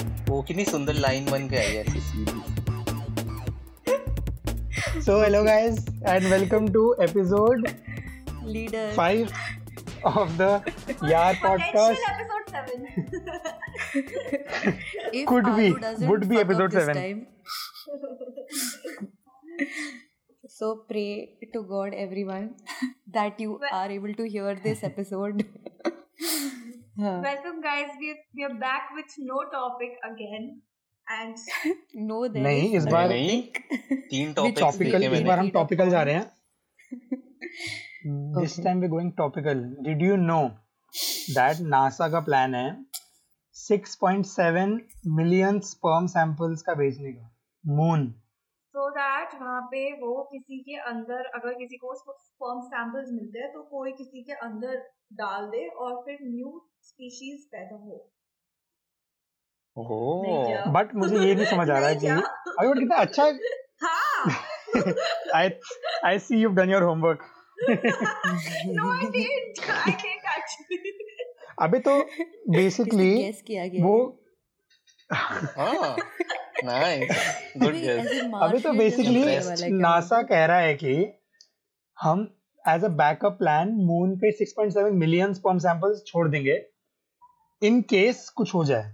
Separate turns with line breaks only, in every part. कितनी सुंदर लाइन बन के आई यार किसी भी
So, hello guys, and welcome to episode
leader
five of the Yar podcast.
Potential episode 7.
If
Could
Anu
be.
doesn't
Would be
fuck up
episode
this
seven.
time. so pray to God, everyone, that you
Well-
are able to hear this episode. Huh.
Welcome, guys. We, we are back with no topic again. And
no, there
नहीं
is
इस
no
बार
नहीं तीन
topics
topics देखे
topical इस
topical
मैंने
बार हम topical जा रहे हैं this
Okay.
Time we going topical did you know that NASA का प्लान है 6.7 मिलियन स्पर्म सैंपल्स का भेजने का मून
so that वहाँ पे वो किसी के अंदर अगर किसी को sperm samples मिलते हैं तो कोई किसी के अंदर डाल दे और फिर न्यू स्पीशीज पैदा हो नहीं
ओह
क्या?
बट मुझे ये नहीं समझ आ रहा है
नहीं
कि
क्या?
अरे बट कितना अच्छा
हाँ
आई I see you done your homework
no I didn't I didn't actually
अबे तो बेसिकली
guess किया गया
वो
हाँ नाइस गुड गेस
अभी तो बेसिकली नासा कह रहा है कि हम as a backup plan moon पे 6.7 मिलियन स्पर्म सैंपल्स छोड़ देंगे इन केस कुछ हो जाए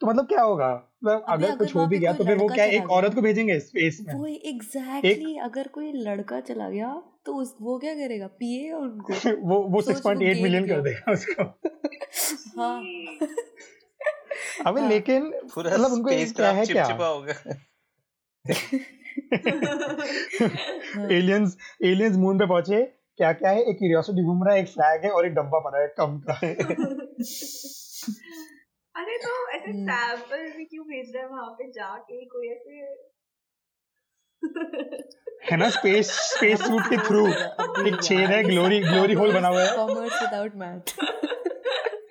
तो मतलब क्या होगा मतलब
अबे
अगर
अगर
कुछ हो
वहाँ
भी
पे
गया
कोई
तो फिर वो
लड़का
क्या एक
चला गया?
औरत को भेजेंगे स्पेस में
वो एग्जैक्टली अगर कोई लड़का चला गया तो उस वो क्या करेगा पिए और उनको
वो वो
सोच, तो वो
6.8
gay
मिलियन कर
निकला।
देगा उसको
हाँ
अबे
हाँ।
लेकिन
पूरा
मतलब उनको
स्पेस
क्या है क्या
चिपचिपा होगा
हाँ।
एलियंस एलियंस मून पे पहुंचे क्या क्या है एक क्यूरियोसिटी घूम रहा है एक फ्लैग है और एक डब्बा पड़ा है कम का
अरे तो ऐसे
हम्म।
सैंपल भी क्यों भेज रहे हैं वहाँ पे जाके कोई ऐसे
है ना स्पेस स्पेस सूट के थ्रू एक छेद है
यार,
ग्लोरी ग्लोरी होल बना हुआ है
कॉमर्स विदाउट मैथ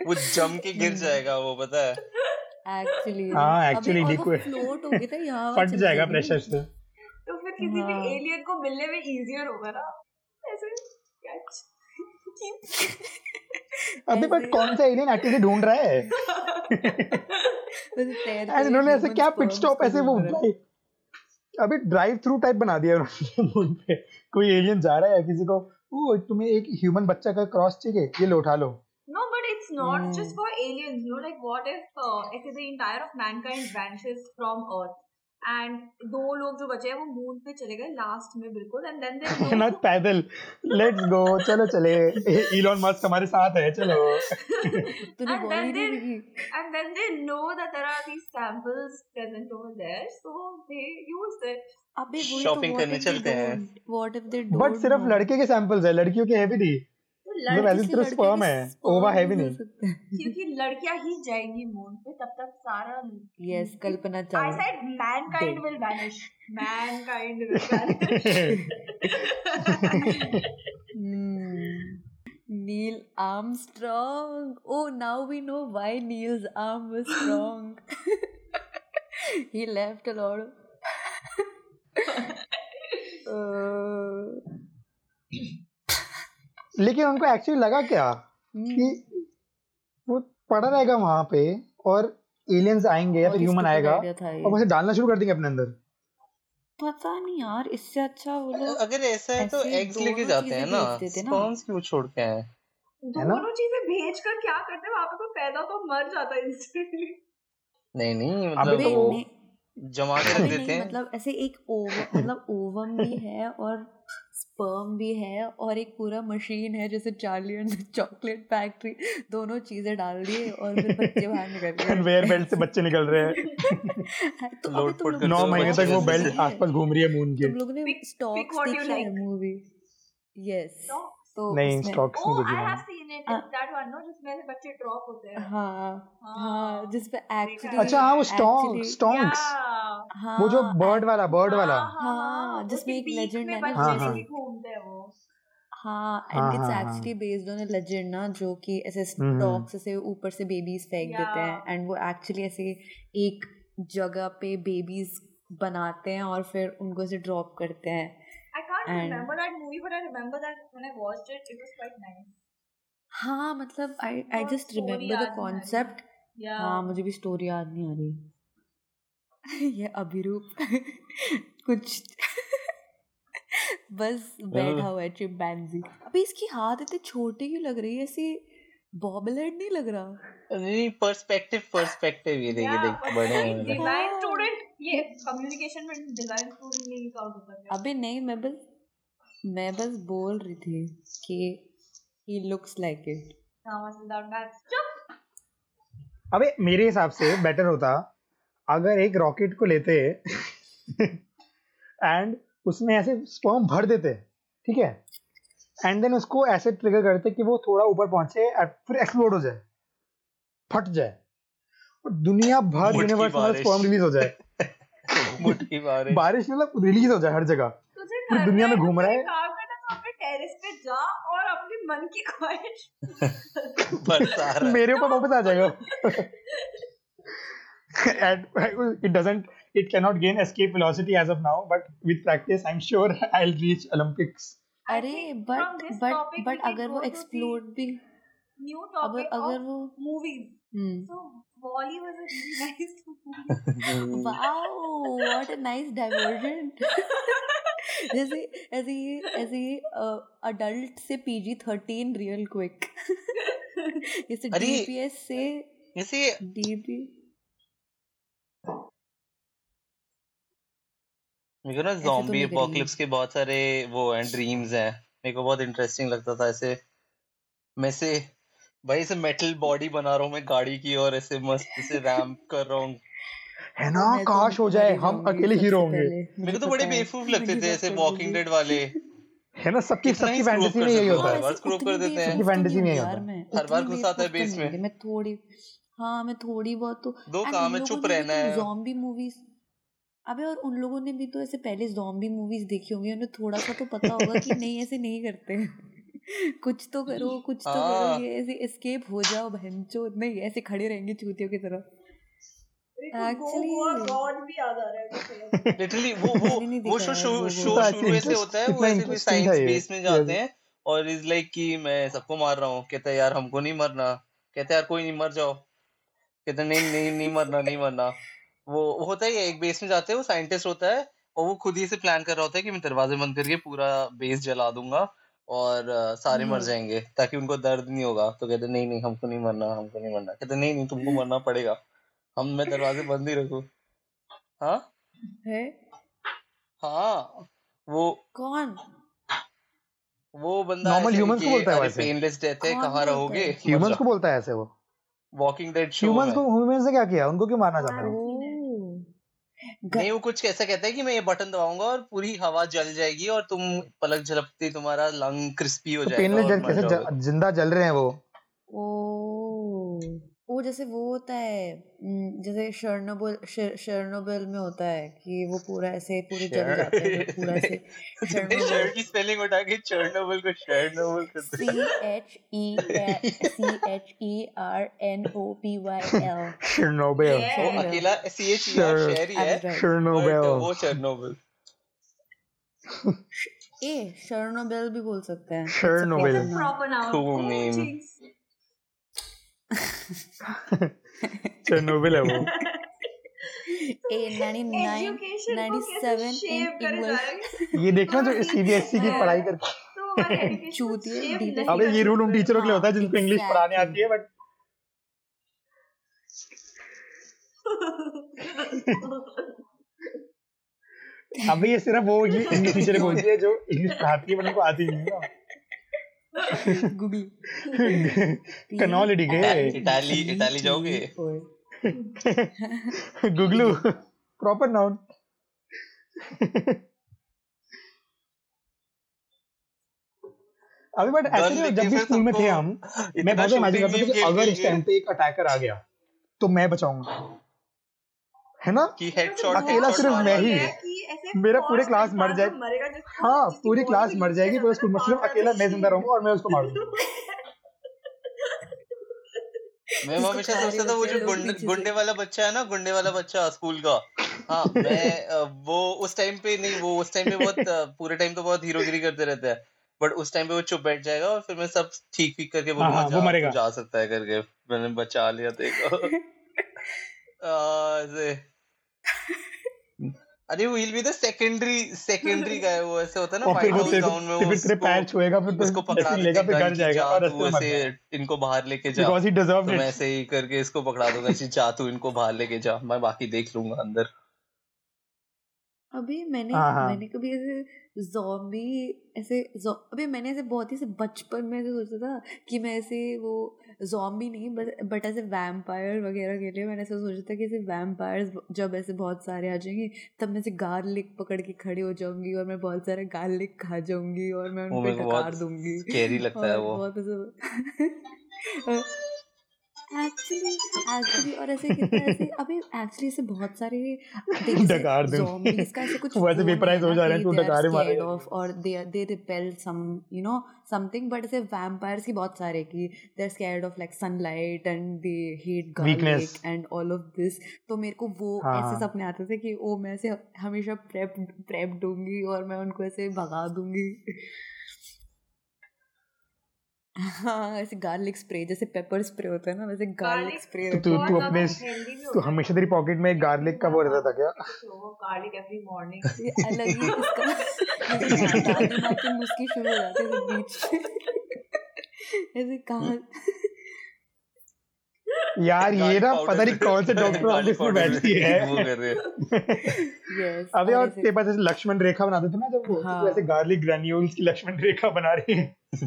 वो जम के गिर जाएगा वो पता है
एक्चुअली
हाँ, actually liquid.
फ्लोट हो गया था तो यहाँ
फट जाएगा प्रेशर से
तो फिर किसी भी
हाँ।
एलियन को मिलने में इजियर होगा ना ऐसे catch.
अबे बट कौन सा एलियन एक्टिवली ढूंढ रहा है एंड इन्होंने ऐसे क्या पिट
तो
स्टॉप ऐसे वो ड्राइव अबे ड्राइव थ्रू टाइप बना दिया उन्होंने moon पे कोई एलियन जा रहा है किसी को ओ तुम्हें एक ह्यूमन बच्चा का क्रॉस चाहिए ये लो उठा लो
No, but it's not
Hmm.
just for aliens. You know, like what if uh, ऐसे the entire of mankind vanishes from Earth and दो लोग जो बचे हैं वो मून पे चले गए लास्ट में बिल्कुल एंड देन
है ना
देयर
पैदल लेट्स गो चलो चले इलॉन मस्क हमारे साथ है चलो
तूने
And
बोली
then
नहीं
they-
देखी
and then they know that there are these samples present over there, so they use it.
अबे तो वही
Shopping करने चलते हैं।
व्हाट इफ दे
बट सिर्फ लड़के के सैंपल्स है लड़कियों के है भी नहीं
तो
मतलब
लड़की
as in सिर्फ sperm है, ova है भी नहीं।
क्योंकि लड़कियां ही जाएंगी मून पे तब तक सारा
yes Kalpana
I
Chawla
said mankind
Dead.
will vanish. Mankind will vanish.
Neil Hmm. Armstrong. Oh, now we know why Neil's arm was strong. he left a lot. Of... Uh,
लेकिन उनको एक्चुअली लगा क्या
hmm.
कि वो पड़ा रहेगा वहां पे और एलियंस आएंगे या
और
फिर
ये
ह्यूमन
stupid
आएगा
idea था ये।
और उसे डालना शुरू कर देंगे अपने अंदर
पता नहीं यार इससे अच्छा वो लोग
अगर ऐसा है तो
ऐसे
एग्स लेके
दोनों
जाते हैं
चीजें
ना
भेज देते ना।
स्पर्म्स क्यों छोड़ के आए
है ना?
दोनों चीजें भेज कर क्या करते हैं वहां पे कोई पैदा तो मर जाता है instantly.
नहीं नहीं
अबे
मतलब
तो
वो
वो-
नहीं,
जमा कर
अबे
देते
नहीं,
हैं
मतलब ऐसे एक ओवम मतलब ओवम भी है और स्पर्म भी है और एक पूरा मशीन है जैसे चार्ली एंड चॉकलेट फैक्ट्री दोनों चीजें डाल दिए और फिर बच्चे बाहर निकल गए
कन्वेयर बेल्ट से बच्चे निकल रहे हैं
तो अबे
लोट
तुम
पोट
लोग
करते
नौ
तो
महीने तक वो
बच्चे
बेल्ट
जैसे-
आसपास घूम रही है मून के
तुम लोगों ने
Pick- pick
stocks
what you
देखी है
like.
Movie yes
No?
तो
नहीं
उसमें-
स्टॉक्स
Oh,
नहीं
I
देखी
have
मैंने
seen it.
हाँ।
It's that one, no? जिसमें ऐसे बच्चे ड्रॉप होते हैं.
हाँ
हाँ।
हाँ जिसपे एक्चुअली
have-
अच्छा हाँ वो स्टॉन्क
actually-
स्टॉन्क्स
Yeah.
हाँ
वो जो बर्ड वाला बर्ड वाला
हाँ, जिसमें
उसकी
एक
beak
legend
में
है ना।
हाँ,
बच्चे
हाँ।
लेके घूमते हैं वो.
हाँ
हाँ,
एंड इट्स
हाँ, हाँ।
Actually based on a legend ना जो कि ऐसे
हम्म।
स्टॉक्स से ऊपर से बेबीज फेंक देते
Yeah.
हैं एंड वो एक्चुअली ऐसे एक जगह पे बेबीज बनाते हैं और फिर उनको ऐसे ड्रॉप करते हैं
I can't
And-
remember that movie, but I remember that when I watched it, it was quite nice.
हाँ मतलब आई आई
और
जस्ट
story
रिमेम्बर द
याद नहीं आ रही।
Concept
Yeah.
हाँ मुझे भी स्टोरी याद नहीं आ रही ये अभिरूप कुछ बस बैठा
हाँ।
हुआ है चिंपैंजी अभी इसकी हाथ इतने छोटे क्यों लग रही है ऐसी बॉबलेट नहीं लग रहा
नहीं पर्सपेक्टिव पर्सपेक्टिव ये देखिए देख बड़े हैं
डिजाइन
मतलब।
हाँ।
स्टूडेंट ये कम्युनिकेशन में डिजाइन स्टूडेंट नहीं काउंट होता क्या
अबे नहीं मैं बस मैं बस बोल रही थी कि he looks like it
now without that चुप
अबे मेरे हिसाब से बेटर होता अगर एक रॉकेट को लेते एंड उसमें ऐसे स्पर्म भर देते ठीक है एंड देन उसको ऐसे ट्रिगर करते कि वो थोड़ा ऊपर पहुंचे and फिर एक्सप्लोड हो जाए फट जाए और दुनिया भर
मुट्ठी
यूनिवर्स में
बारिश।
स्पर्म रिलीज हो जाए
मुट्ठी बारे
बारिश मतलब रिलीज हो जाए हर जगह
तुझे
पूरी
करना
दुनिया
है
में
तो
घूम रहा
कोई
है।
काम करना तो अपने टेरेस पे जा और अपने मन की ख्वाहिश
बरसा रहा है
मेरे ऊपर वापस आ जाएगा and it doesn't it cannot gain escape velocity as of now but with practice i'm sure i'll reach olympics
I
अरे
think from
but
this
but
topic we
but
can
अगर
go
वो
to the
एक्सप्लोड भी
new
अगर
topic
अगर
of
वो
movies
hmm
so Wally was a really nice movie
Hmm.
Wow what a nice Divergent जैसे ऐसे ये ऐसे ये अडल्ट से पीजी थर्टीन रियल क्विक जैसे
अरे-
डीपीएस से
जैसे
डीपी
मेरे को ना
तो
zombie
नहीं करेंगे।
apocalypse के बहुत सारे वो हैं ड्रीम्स हैं मेरे को बहुत इंटरेस्टिंग लगता था ऐसे मैं से भाई ऐसे मेटल बॉडी बना रहा हूँ मैं गाड़ी की और ऐसे मस्त ऐसे रैम्प कर रहा हूँ
है ना
तो
काश हो जाए हम अकेले हीरो होंगे
मेरे को तो बड़े बेवकूफ लगते थे ऐसे वॉकिंग डेड वाले
है ना सबकी
कितना ही
सबकी
screw up कर सकते हो यार। screw
फैंटेसी में यही होता है
up कर देते हैं।
सबकी fantasy में ही
यार
होता है।
मैं
तो हर बार
उतनी
घुस आता है
बेवकूफ तो
base
नहीं
में।
हूँ। मैं थोड़ी हाँ मैं थोड़ी बहुत तो
दो
and
काम
उन
है,
लोगों
चुप
ने भी
रहना
तो
है।
zombie movies अबे और उन लोगों ने भी तो ऐसे पहले zombie movies देखी होंगी उन्हें थोड़ा सा तो पता होगा कि नहीं ऐसे नहीं करते कुछ तो करो कुछ तो करो
हाँ।
ये ऐसे escape हो जाओ बहनचो नहीं ऐसे खड़े रहेंगे चूतियों की तरह
एक्चुअली
Actually-
गोवा गॉड भी याद आ रहा है मुझे
Literally वो वो
मैंने नहीं
वो शो
देखा यार,
शो
वो
शो
वो-
शुरू ऐसे होता है वो
कितना
ऐसे कोई
interesting था
साइंस
ये।
बेस में जाते हैं और इज लाइक कि मैं सबको मार रहा हूँ कहता है यार हमको नहीं मरना कहता है यार कोई नहीं मर जाओ कहता है, नहीं नहीं नहीं मरना नहीं मरना वो वो होता ही है एक बेस में जाते हैं वो साइंटिस्ट होता है और वो खुद ही से प्लान कर रहा होता है कि मैं दरवाजे बंद करके पूरा बेस जला दूंगा और अ, सारे मर
Hmm.
हम्म।
जाएंगे ताकि उनको दर्द नहीं होगा तो कहते नहीं नहीं हमको नहीं मरना हमको नहीं मरना कहते नहीं नहीं तुमको मरना पड़ेगा हम मैं दरवाजे बंद ही रखू हाँ
है
हाँ वो
कौन
वो बंदा
Normal
ऐसे
humans को
कि,
बोलता है
अरे
वैसे।
पेनलेस डेथ है
कौन
कहाँ
बोलता
रहोगे
है?
ह्यूमंस को बोलता है ऐसे वो
वॉकिंग डेड शो
ह्यूमंस
में
को ह्यूमंस ने क्या किया उनको क्यों मारना चाहता है
हाँ।
ओह।
नहीं वो कुछ ऐसा कहता है कि मैं ये बटन दबाऊंगा और पूरी हवा जल जाएगी और तुम पलक झलकते ही तुम्हारा लंग क्रिस्पी हो
तो
जाएगा
पेनलेस
और
जल
मर
कैसे
जाओगे
ज- जिंदा जल रहे हैं वो
ओ वो जैसे वो होता है हम्म, जैसे शर्नोबिल शर- शर्नोबिल में होता है कि वो पूरा ऐसे पूरे जल जाते हैं फिर पूरा ऐसे
तुमने शर्ट की
शर्नोबिल
स्पेलिंग उठा के चर्नोबल को शर्नोबल कर
C H E C H E R N O P Y L
Chernobyl
वो
Yeah.
शर्नोबिल
अकेला सी एच
Sure.
शहर ही
आई
है
वाज राइट
बट
शर्नोबिल
वो चर्नोबल
ए शर्नोबिल भी बोल सकते हैं it's a
It's
Chernobyl
proper
a
noun
proper noun.
Cool
Oh,
name.
jinx.
Chernobyl है वो
ए नाइन नाइन
Education को
नाइन
कैसे
सेवन इन
शेप करे जा रहे
इंग्लिश
हैं?
ये देखना जो
हमारा
सीबीएसई E की
education
पढ़ाई
है,
करके
तो हमारी education को
चूतिए
shape
डीपीएस
नहीं
अबे
करने
ये रूल उन
देते।
टीचरों के लिए होता है
हाँ,
जिनको इंग्लिश पढ़ाने आती है बट अबे ये सिर्फ वो ये इंग्लिश टीचर बोलती है जो इंग्लिश पढ़ाती है बट उनको आती नहीं
गूगल
है ना कनौल डिगे
Ita-
E
Italy Italy जाओगे
गुगलू प्रॉपर नाउन अभी बट ऐसे
गन
नहीं
लेके
जब भी
फिर
स्कूल में थे
सबको
हम मैं
इतना
बहुत इमेजिन
शूटिंग
करता था
गेम
कि
खेल
अगर इस
खेल
टाइम पे एक अटैकर आ गया तो मैं बचाऊंगा है ना
कि
मुझे
हेडशॉट
बहुत
अकेला
हेडशॉट
सिर्फ
मारना
मजा
मैं
है
ही
आता है कि ऐसे
मेरा पूरे
first
क्लास
इंसान
मर
जो
जाए
मरेगा जिसको
हाँ
जिसकी
पूरी
body
क्लास
को
मर
use
जाएगी
किया
पूरे
जाता
स्कूल में
है ना
सिर्फ
पार्ट
अकेला मैं जिंदा रहूंगा और मैं उसको मार दूंगा
मैं
जिसको
हमेशा
खा रहे
सोचता था वो
होते हैं
जो
लोग
गुंडे
पीछे
गुंडे
से
वाला बच्चा है ना गुंडे वाला बच्चा स्कूल का हाँ मैं अ, वो उस टाइम पे नहीं वो उस टाइम पे बहुत अ, पूरे टाइम तो बहुत हीरोगिरी करते रहते हैं बट उस टाइम पे वो चुप बैठ जाएगा और फिर मैं सब ठीक ठीक करके
हाँ
बोलूंगा
हाँ वो
जा तू
मरेगा
जा सकता है करके मैंने बचा लिया देखो आ, ऐसे अरे वो will be the secondary secondary का है वो ऐसे होता है ना
और फिर
व्हाइट
वो
हाउस गाउन
तेरे को
में
फिर
वो
फिर तेरे पैर
उसको
छुएगा फिर
उसको
तो
पकड़ा
ऐसे
लेते
लेगा फिर घर जाएगा और
तू
रास्ते में मर
ऐसे
जाएगा
इनको बाहर लेके जा
बिकॉज़ ही
तो
डिजर्व्ड
मैं
इट
ऐसे ही करके इसको पकड़ा दूंगा जी जा तू इनको बाहर लेके जा मैं बाकी देख लूंगा अंदर
अभी मैंने
हाँ, हाँ।
मैंने कभी ऐसे zombie ऐसे zo- अभी मैंने ऐसे बहुत ही से बचपन में ऐसे सोचा था कि मैं ऐसे वो zombie नहीं बट बट ऐसे वैम्पायर वगैरह के लिए मैंने ऐसे सोचा था कि ऐसे वैम्पायर्स जब ऐसे बहुत सारे आ जाएंगे तब मैं ऐसे गार्लिक पकड़ के खड़ी हो जाऊंगी और मैं बहुत सारे गार्लिक खा जाऊंगी और मैं
वो
उन
मेरे
पे
को
डकार
बहुत
दूंगी
स्कैरी लगता है वो
और बहुत ऐसे एक्चुअली एक्चुअली और ऐसे कितना ऐसे अभी एक्चुअली ऐसे बहुत सारे देख जैसे
डकार दूंगी
zombies का ऐसे कुछ
वो ऐसे
वो नहीं है
वेपराइज हो
ना
जा रहे हैं
कि
तू
दे आर
डकार ही मारा
स्केर्ड
जा
ऑफ और they they repel some you know something but ऐसे वैम्पायर्स की बहुत सारे की they are scared of like sunlight and they hate
weakness
garlic and all of this तो मेरे को वो
हाँ
ऐसे
हाँ
सपने आते थे कि वो मैं ऐसे हमेशा प्रेप प्रेप दूंगी और मैं उनको ऐसे भगा दूंगी हाँ ऐसे गार्लिक स्प्रे जैसे पेपर स्प्रे होता है ना वैसे गार्लिक
गार्लिक
स्प्रे
तो
रहता
तू
है
बहुत
तू अपने
मेरे
ज्यादा
पास
हेल्दी भी
तू
होता है तो
हमेशा तेरी पॉकेट में
गार्लिक
गार्लिक का वो रहता था क्या
गार्लिक एवरी मॉर्निंग
ये अलग ही इसका जैसे दा, दादी माँ की मुस्की शुरू तो हो जाती है बीच में ऐसे कहाँ
यार ये
गार्लिक
ना पता नहीं कौन से
पाउडर
डॉक्टर
गार्लिक
ऑफिस में
पाउडर
बैठती है
वो कर रहे हैं
यस
अबे
और
और
ऐसे
तेरे पास ऐसे लक्ष्मण रेखा बनाते थे ना जब वो तो तू ऐसे
हाँ
गार्लिक ग्रेन्यूल्स की लक्ष्मण रेखा बना रही है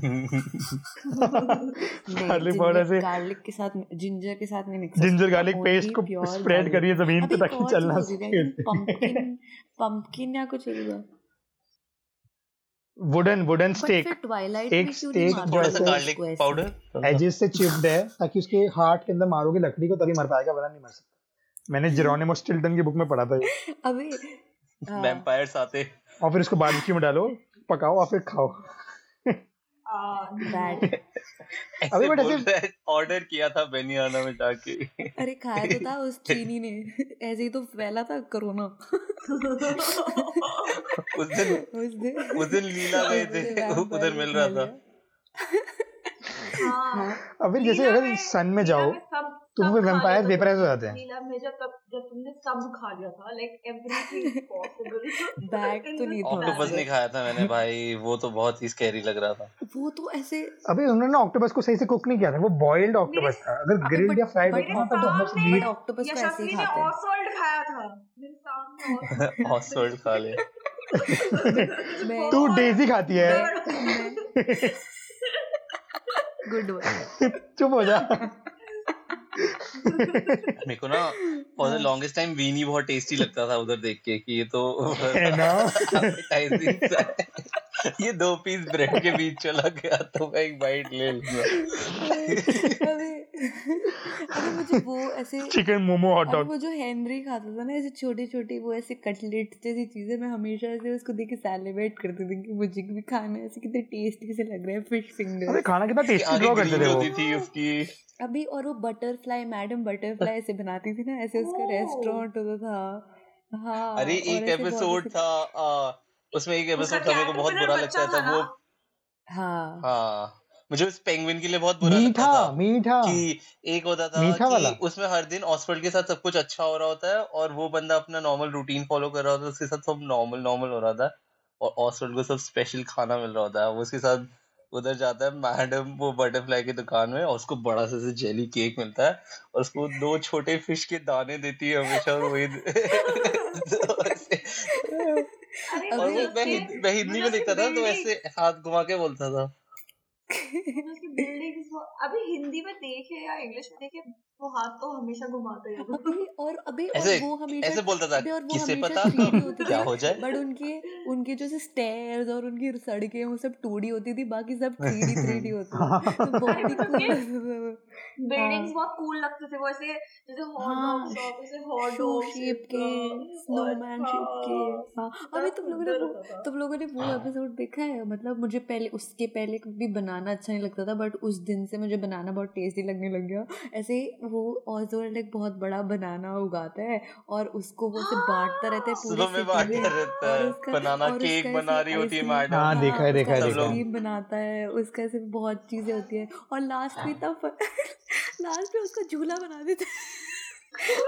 नहीं
गार्लिक
जिंजर
पाउडर से
गार्लिक के साथ जिंजर के साथ नहीं मिक्स हो
जिंजर
सकता
गार्लिक पेस्ट
ओनली
को
प्योर
स्प्रेड
गार्लिक
करिए जमीन पे
अभी
ताकि
एक और
चल
चीज
ना
होती
सके
थी आई थिंक पंपकिन पंपकिन या कुछ होगा
वुडन वुडन
बट फिर
स्टेक
ट्वाइलाइट
एक
में क्यों नहीं
उसमें
स्टेक जो
थोड़ा सा
ऐसे
मारते थे
गार्लिक
उसको ऐसे
पाउडर थोड़ा सा
एजेस से चिप्ड है ताकि उसके हार्ट के अंदर मारोगे लकड़ी को तभी मर पाएगा वरना नहीं मर सकता मैंने जेरोनिमो स्टिल्टन की बुक में पढ़ा था ये
अभी हाँ
वैम्पायर्स आते
और फिर इसको बारबेक्यू में डालो पकाओ और फिर खाओ
नो
दैट
ऐसे
अबे बट ऐसे
बोल रहा है ऑर्डर किया था बेनियाना में जाके
अरे खाया तो था उस चीनी ने ऐसे ही तो फैला था कोरोना
उस दिन
उस दिन
उस दिन लीला गए
उस
थे
दिन
उ- उधर
वैम्पायर ने
मिल रहा
खा
था
लिया
हाँ
हाँ
अबे जैसे
लीला
अगर
में
सन में
लीला
जाओ
में सब
तो
सब
वो
खा लिया
वेम्पायर
था
वेपराइज हो
तुमने
जाते हैं
लीला में जब तब जब तुमने सब खा लिया था लाइक एवरीथिंग पॉसिबल
बैग
इन
तो
दिस
नहीं था
ऑक्टोपस नहीं
प्लान
उसमें
खाया था मैंने भाई वो तो बहुत ही स्कैरी लग रहा था
वो तो ऐसे
अबे उन्होंने ना ऑक्टोपस को सही से कुक नहीं किया था वो बॉइल्ड
मेरे
ऑक्टोपस था अगर
अबे
ग्रिल्ड
बट
या मतलब फ्राइड
बट
होता
मेरे
ना तब बहुत नीट
बट
सामने
ऑक्टोपस को ऐसे ही
यशस्वी ने
खाते हैं
ऑसोल्ड खाया था मेरे सामने ऑसोल्ड खाया था
ऑक्सफोर्ड खा ले
मैं
मुझे
मैं
तू
बहुत
डेजी खाती है
मैं
डर
मैं गुड वन
चुप हो जा
मेरे को ना फॉर
हाँ।
द लॉन्गेस्ट टाइम वीनी बहुत टेस्टी लगता था उधर देख के कि ये तो
है ना
एपेटाइजिंग सा है ये दो पीस ब्रेड के बीच चला गया तो मैं एक बाइट ले लूंगा
अबे अबे मुझे वो ऐसे
चिकन मोमो हॉट
अरे
डॉग
वो जो हेनरी खाता था ना ऐसे छोटी छोटी वो ऐसे कटलेट जैसी चीजें मैं हमेशा ऐसे उसको देख के सेलिब्रेट करती थी कि मुझे भी खाना है ऐसे कितने टेस्टी से लग रहे हैं फिश
अबे
फिंगर्स
खाना कितना
उसकी
टेस्टी
आंखें
ड्रॉ करते
ग्रीन
थे वो
होती थी उसकी
अभी और वो बटरफ्लाई मैडम बटरफ्लाई ऐसे बनाती थी ना ऐसे उसका रेस्टोरेंट होता था हाँ
अरे
और
एक
ऐसे बहुत
एपिसोड
ऐसे
था आ, उसमें एक
उसका
एपिसोड था मेरे को बहुत
कैटरपिलर
बुरा
बच्चा
लगता था
था ना
वो
हाँ
हाँ मुझे उस पेंगुइन के लिए बहुत बुरा लगता
मीठा
था
मीठा
कि एक होता था
हाँ। मीठा
कि
वाला
उसमें हर दिन ऑक्सफोर्ड के साथ सब कुछ अच्छा हो रहा होता है और वो बंदा अपना नॉर्मल रूटीन फॉलो कर रहा होता है उसके साथ सब नॉर्मल नॉर्मल हो रहा था और ऑक्सफोर्ड को सब स्पेशल खाना मिल रहा होता है वो उसके साथ उधर जाता है मैडम वो बटरफ्लाई की दुकान में और उसको बड़ा सा जेली केक मिलता है और उसको दो छोटे फिश के दाने देती है हमेशा और वही तो ऐसे-
अरे
और वो
अबे
मुझे
मैं
उसके
हिंदी मैं हिंदी
मुझे
में
उसकी
देखता था तो
बिल्डिंग
ऐसे हाथ घुमा के बोलता था
मुझे उसकी बिल्डिंग्स वो अभी हिंदी में देखे या इंग्लिश में देखे वो हाथ तो हमेशा घुमाता ही होगा
अबे और अबे और
ऐसे
वो हमेशा
ऐसे बोलता था
अबे और वो
किसे
हमेशा
पता
थ्री डी होते
क्या
थे
हो जाए
बट उनके उनके जो स्टेयर्स और उनकी सड़कें वो सब टू डी होती थी बाकी सब थ्री डी थ्री डी होते थे तो
अरे
बहुत ही
पर
कूल
उसके
लगता था वो।
बिल्डिंग्स
हाँ
बहुत कूल लगते थे वो ऐसे जैसे हॉट डॉग
हाँ
शॉप ऐसे हॉट
शू
डॉग्स
शेप के
और
स्नोमैन शेप के
हाँ
हाँ
कितना
अबे तुम लोगों ने
सुंदर
वो
होता था
तुम लोगों ने वो
हाँ।
एपिसोड देखा है मतलब मुझे पहले उसके पहले भी बनाना अच्छा नहीं लगता था बट उस दिन से मुझे बनाना बहुत टेस्टी लगने लग गया ऐसे ही वो ऑजवर्ल्ड एक बहुत बड़ा बनाना उगाता है और उसको वो ऐसे बांटता रहता है पूरी
सुबह में
सिटी
हाँ, बांटता
में
रहता
और
है
उसका
बनाना
और उसका
केक बना
ऐसे
रही होती है
आइसक्रीम
मैडम
हाँ देखा
हाँ
है देखा है
उसका
सब
देखा है
लोग
आइसक्रीम बनाता है उसका ऐसे
हाँ।
बहुत चीजें होती है और लास्ट में इतना लास्ट में उसका झूला बना देता है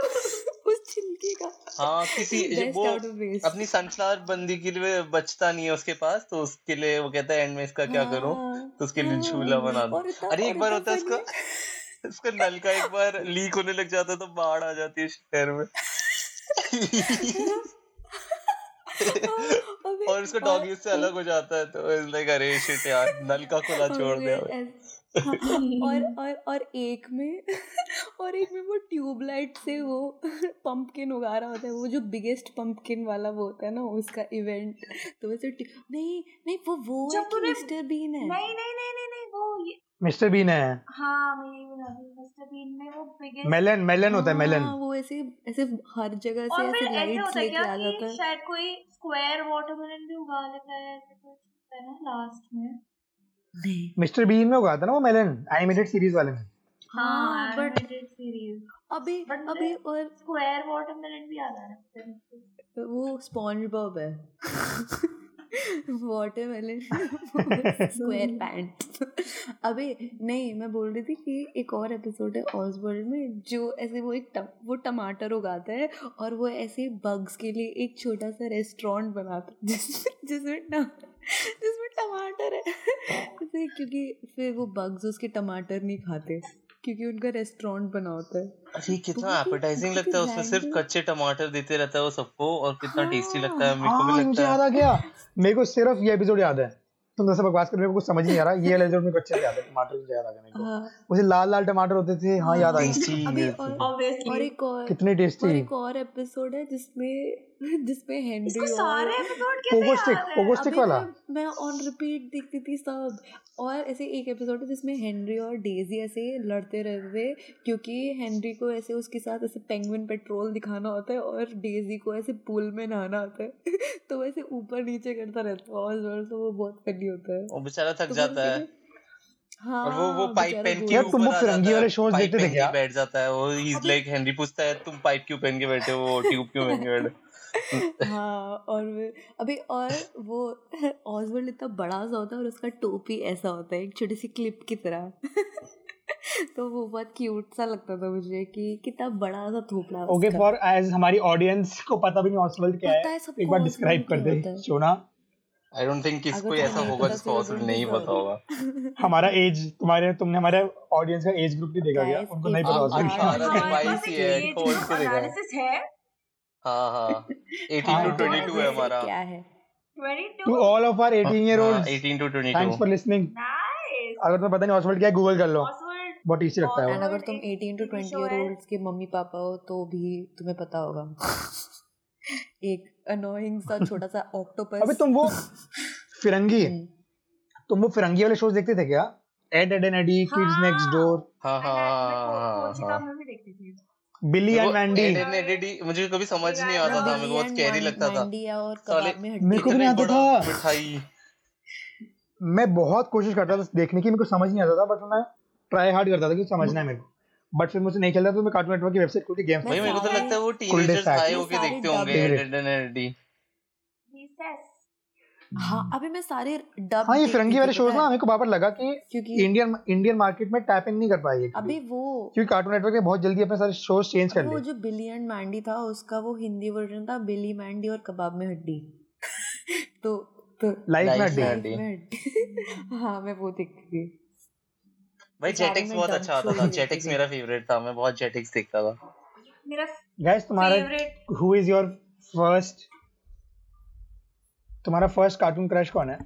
उस छिलके का
हाँ किसी
बेस्ट
वो
आउट ऑफ वेस्ट
अपनी संचार बंदी के लिए बचता नहीं है उसके पास तो उसके लिए वो कहता है एंड में इसका क्या करूं
हाँ।
तो उसके लिए झूला बना दो
और इतना-
अरे
और
एक बार
इतना
होता है
funny
उसका उसका नल का एक बार लीक होने लग जाता है तो बाढ़ आ जाती है शहर में
अबे,
और उसका डॉगी उससे अलग हो जाता है तो इज लाइक अरे शिट यार नल का खुला छोड़
अबे,
दिया
ऐस- हाँ, और और और एक में और एक में वो ट्यूबलाइट से वो पंपकिन उगा रहा होता है वो जो बिगेस्ट पंपकिन वाला वो होता है ना उसका इवेंट तो वैसे ट्यू- नहीं नहीं वो वो है
जब
कि
तूने-
मिस्टर बीन है
नहीं नहीं नहीं नहीं नहीं वो ये
मिस्टर बीन है
हाँ मैं ये बता रही हूँ मिस्टर बीन में वो बिगेस्ट
मेलन मेलन होता है मेलन
हाँ, वो ऐसे ऐसे हर जगह से
और
ऐसे
फिर ऐसे
लाइट्स
होता है
लेके
क्या
आ जाता
कि
है
शायद कोई स्क्वायर वाटरमेलन भी उगा लेता है ऐसे कुछ होता है ना लास्ट में
नहीं
मिस्टर बीन में हुआ था ना वो मेलन एनिमेटेड सीरीज वाले में
हाँ बट
एनिमेटेड सीरीज
अबे
but
अबे
the-
और
स्क्वायर वाटरमेलन भी आता है
वो स्पॉन्ज बॉब है वाटरमेलन स्क्वायर पैंट अबे नहीं मैं बोल रही थी कि एक और एपिसोड है ऑसबर्ड में जो ऐसे वो एक टम, वो टमाटर उगाता है और वो ऐसे बग्स के लिए एक छोटा सा रेस्टोरेंट बनाता है जिस, जिसमें ना जिसमें टमाटर है जैसे क्योंकि फिर वो बग्स उसके टमाटर नहीं खाते क्योंकि उनका रेस्टोरेंट बना होता है
अरे कितना
बहुत ही-
एपेटाइजिंग
बहुत ही
लगता है उसमें सिर्फ
random-
कच्चे टमाटर देते रहता है वो सबको और कितना टेस्टी लगता है
हाँ।
मेरे को भी
हाँ मुझे
लगता है
याद आ गया मेरे को सिर्फ ये एपिसोड याद है तुम जैसे बकवास कर रहे हो मेरे को कुछ समझ ही नहीं आ रहा ये वाला एपिसोड मेरे को अच्छे से याद है टमाटर मुझे याद आ गया मेरे को
हाँ
मुझे लाल लाल टमाटर होते थे हाँ याद आ गया
टेस्टी
अभी और और
ऑब्वियसली
एक और
कितने टेस्टी
और एक और एपिसोड है जिसमें जिसमें हेनरी
इसको
और
सारे एपिसोड कैसे
पोगो स्टिक
याद है
पोगो
अभी
स्टिक वाला
मैं मैं ऑन रिपीट देखती थी सब और ऐसे एक एपिसोड है जिसमें हेनरी और डेजी ऐसे लड़ते रहते थे क्योंकि हेनरी को ऐसे उसके साथ ऐसे पेंगुइन पेट्रोल दिखाना होता है और डेजी को ऐसे पूल में नहाना होता है तो वैसे ऊपर नीचे करता रहता है और जोर से वो बहुत फनी होता है
वो बेचारा थक
तो फिर
जाता
उसके
है
लिए
और वो वो
हाँ
पाइप
बेचारा
पहन के ऊपर आ
यार तुम वो
गोल
फिरंगी
जाता है
वाले शोज
पाइप
देखते थे
पहन के
क्या
बैठ जाता है वो इज
अबे
लाइक हेनरी पूछता है तुम पाइप क्यों पहन के बैठे हो ट्यूब क्यों पहन के बैठे हो?"
हाँ और वे- अबे और वो ऑजवर्ल्ड इतना बड़ा सा होता है और उसका टोपी ऐसा होता है एक छोटी सी क्लिप की तरह तो वो बहुत क्यूट सा लगता था मुझे कि कितना बड़ा सा थोपड़ा है
ओके
उसका
फॉर एज हमारी ऑडियंस को पता भी नहीं ऑसवर्ल्ड क्या
पता
है
है
तो एक
सबको
बार डिस्क्राइब
ऑजवर्ल्ड
कर
क्या
दे
होता है
सोना
आई डोंट थिंक किस
अगर
कोई
तुम्हें
ऐसा होगा जिसको हॉस्पिटल
नहीं पता फिर यू डोंट
नहीं पता होगा
डिजर्व
हमारा एज तुम्हारे तुमने हमारे ऑडियंस का एज ग्रुप नहीं देखा क्या
गाइस
उनको नहीं
इफ
पता
यू
आप
ऑसवर्ल्ड क्या
आर
अठारह से
हमारे
लिसनिंग
बाईस ही
टू
पास
है इनको इनको दिखाए
दिस
हाँ, एक एज ग्रुप एनालिसिस है
हाँ हाँ एटीन
हाँ
टू
और
ट्वेंटी
तुम्हारे
टू है हमारा
लिए फिर तो क्या है
22
to all of are 18 year
हाँ
old
eighteen to twenty two
thanks for listening
हाँ,
नाइस
अगर तुम्हें पता नहीं ऑसवर्ल्ड क्या है गूगल कर लो
ऑसवर्ल्ड
बहुत ईजी लगता है वो
एंड अगर तुम
एक
18 टू
टीवी
20
शो
ईयर
है
ओल्ड्स के मम्मी पापा हो तो भी तुम्हें पता होगा एक अनोइंग सा छोटा सा
अबे
ऑक्टोपस
तुम वो फिरंगी
हम्म,
तुम तो वो फिरंगी वाले शोज देखते थे क्या Ed add and Eddy kids next
हाँ
डोर
हाँ
मैं
हाँ हाँ
मैं को, कोचिका
हाँ
में भी देखती थी
बिली
मेरे
एंड
को
वैंडी
एड एन मुझे कभी समझ नहीं
मैं
आता था मेरे को
बिल्ली
बहुत
एंड
स्कैरी लगता था
मैंडिया और
साले
कबाब में तो
मेरे को
हड्डी
भी नहीं
इतना
आता
बड़ा
था
मिठाई
मैं बहुत कोशिश करता था देखने की मेरे को समझ नहीं आता था बट मैं ट्राई हार्ड करता था कि समझना है मेरे को बट फिर मुझसे नहीं चलता तो मैं कार्टून नेटवर्क की वेबसाइट खोल के गेम्स
मैं
भाई
खेलता
मेरे को तो
सारे
लगता है वो
कुल डे
टीनेजर्स हाई होके
सैक
मैं सारे
देखते होंगे एड
डब
एड
फेवरेट
एन
रिसेस
हाँ अभी मैं सारे डब
हाँ ये
देखती
फिरंगी
थी
वाले
पता
शोज ना
है
मेरे को बाबर लगा कि
क्योंकि
इंडियन इंडियन मार्केट में टैप इन नहीं कर पाएगी कभी
अबे वो
क्योंकि कार्टून नेटवर्क ने बहुत जल्दी अपने सारे शोज चेंज कर
वो
लिए
जो बिली एंड मैंडी था उसका वो हिंदी वर्जन था बिली मैंडी और कबाब में हड्डी तो तो
लाइफ में
लाइफ में
अड्डी
लाइफ
हड्डी
में हड्डी हाँ मैं वो देखती थी
भाई
सारे
जेटेक्स
मैं
बहुत
डब
अच्छा आता
शोज
था
देखती
जेटेक्स
थी
मेरा फेवरेट था मैं बहुत जेटेक्स देखता था
मेरा
गैस तुम्हारा
favourite
who is your first तुम्हारा फर्स्ट कार्टून क्रश कौन है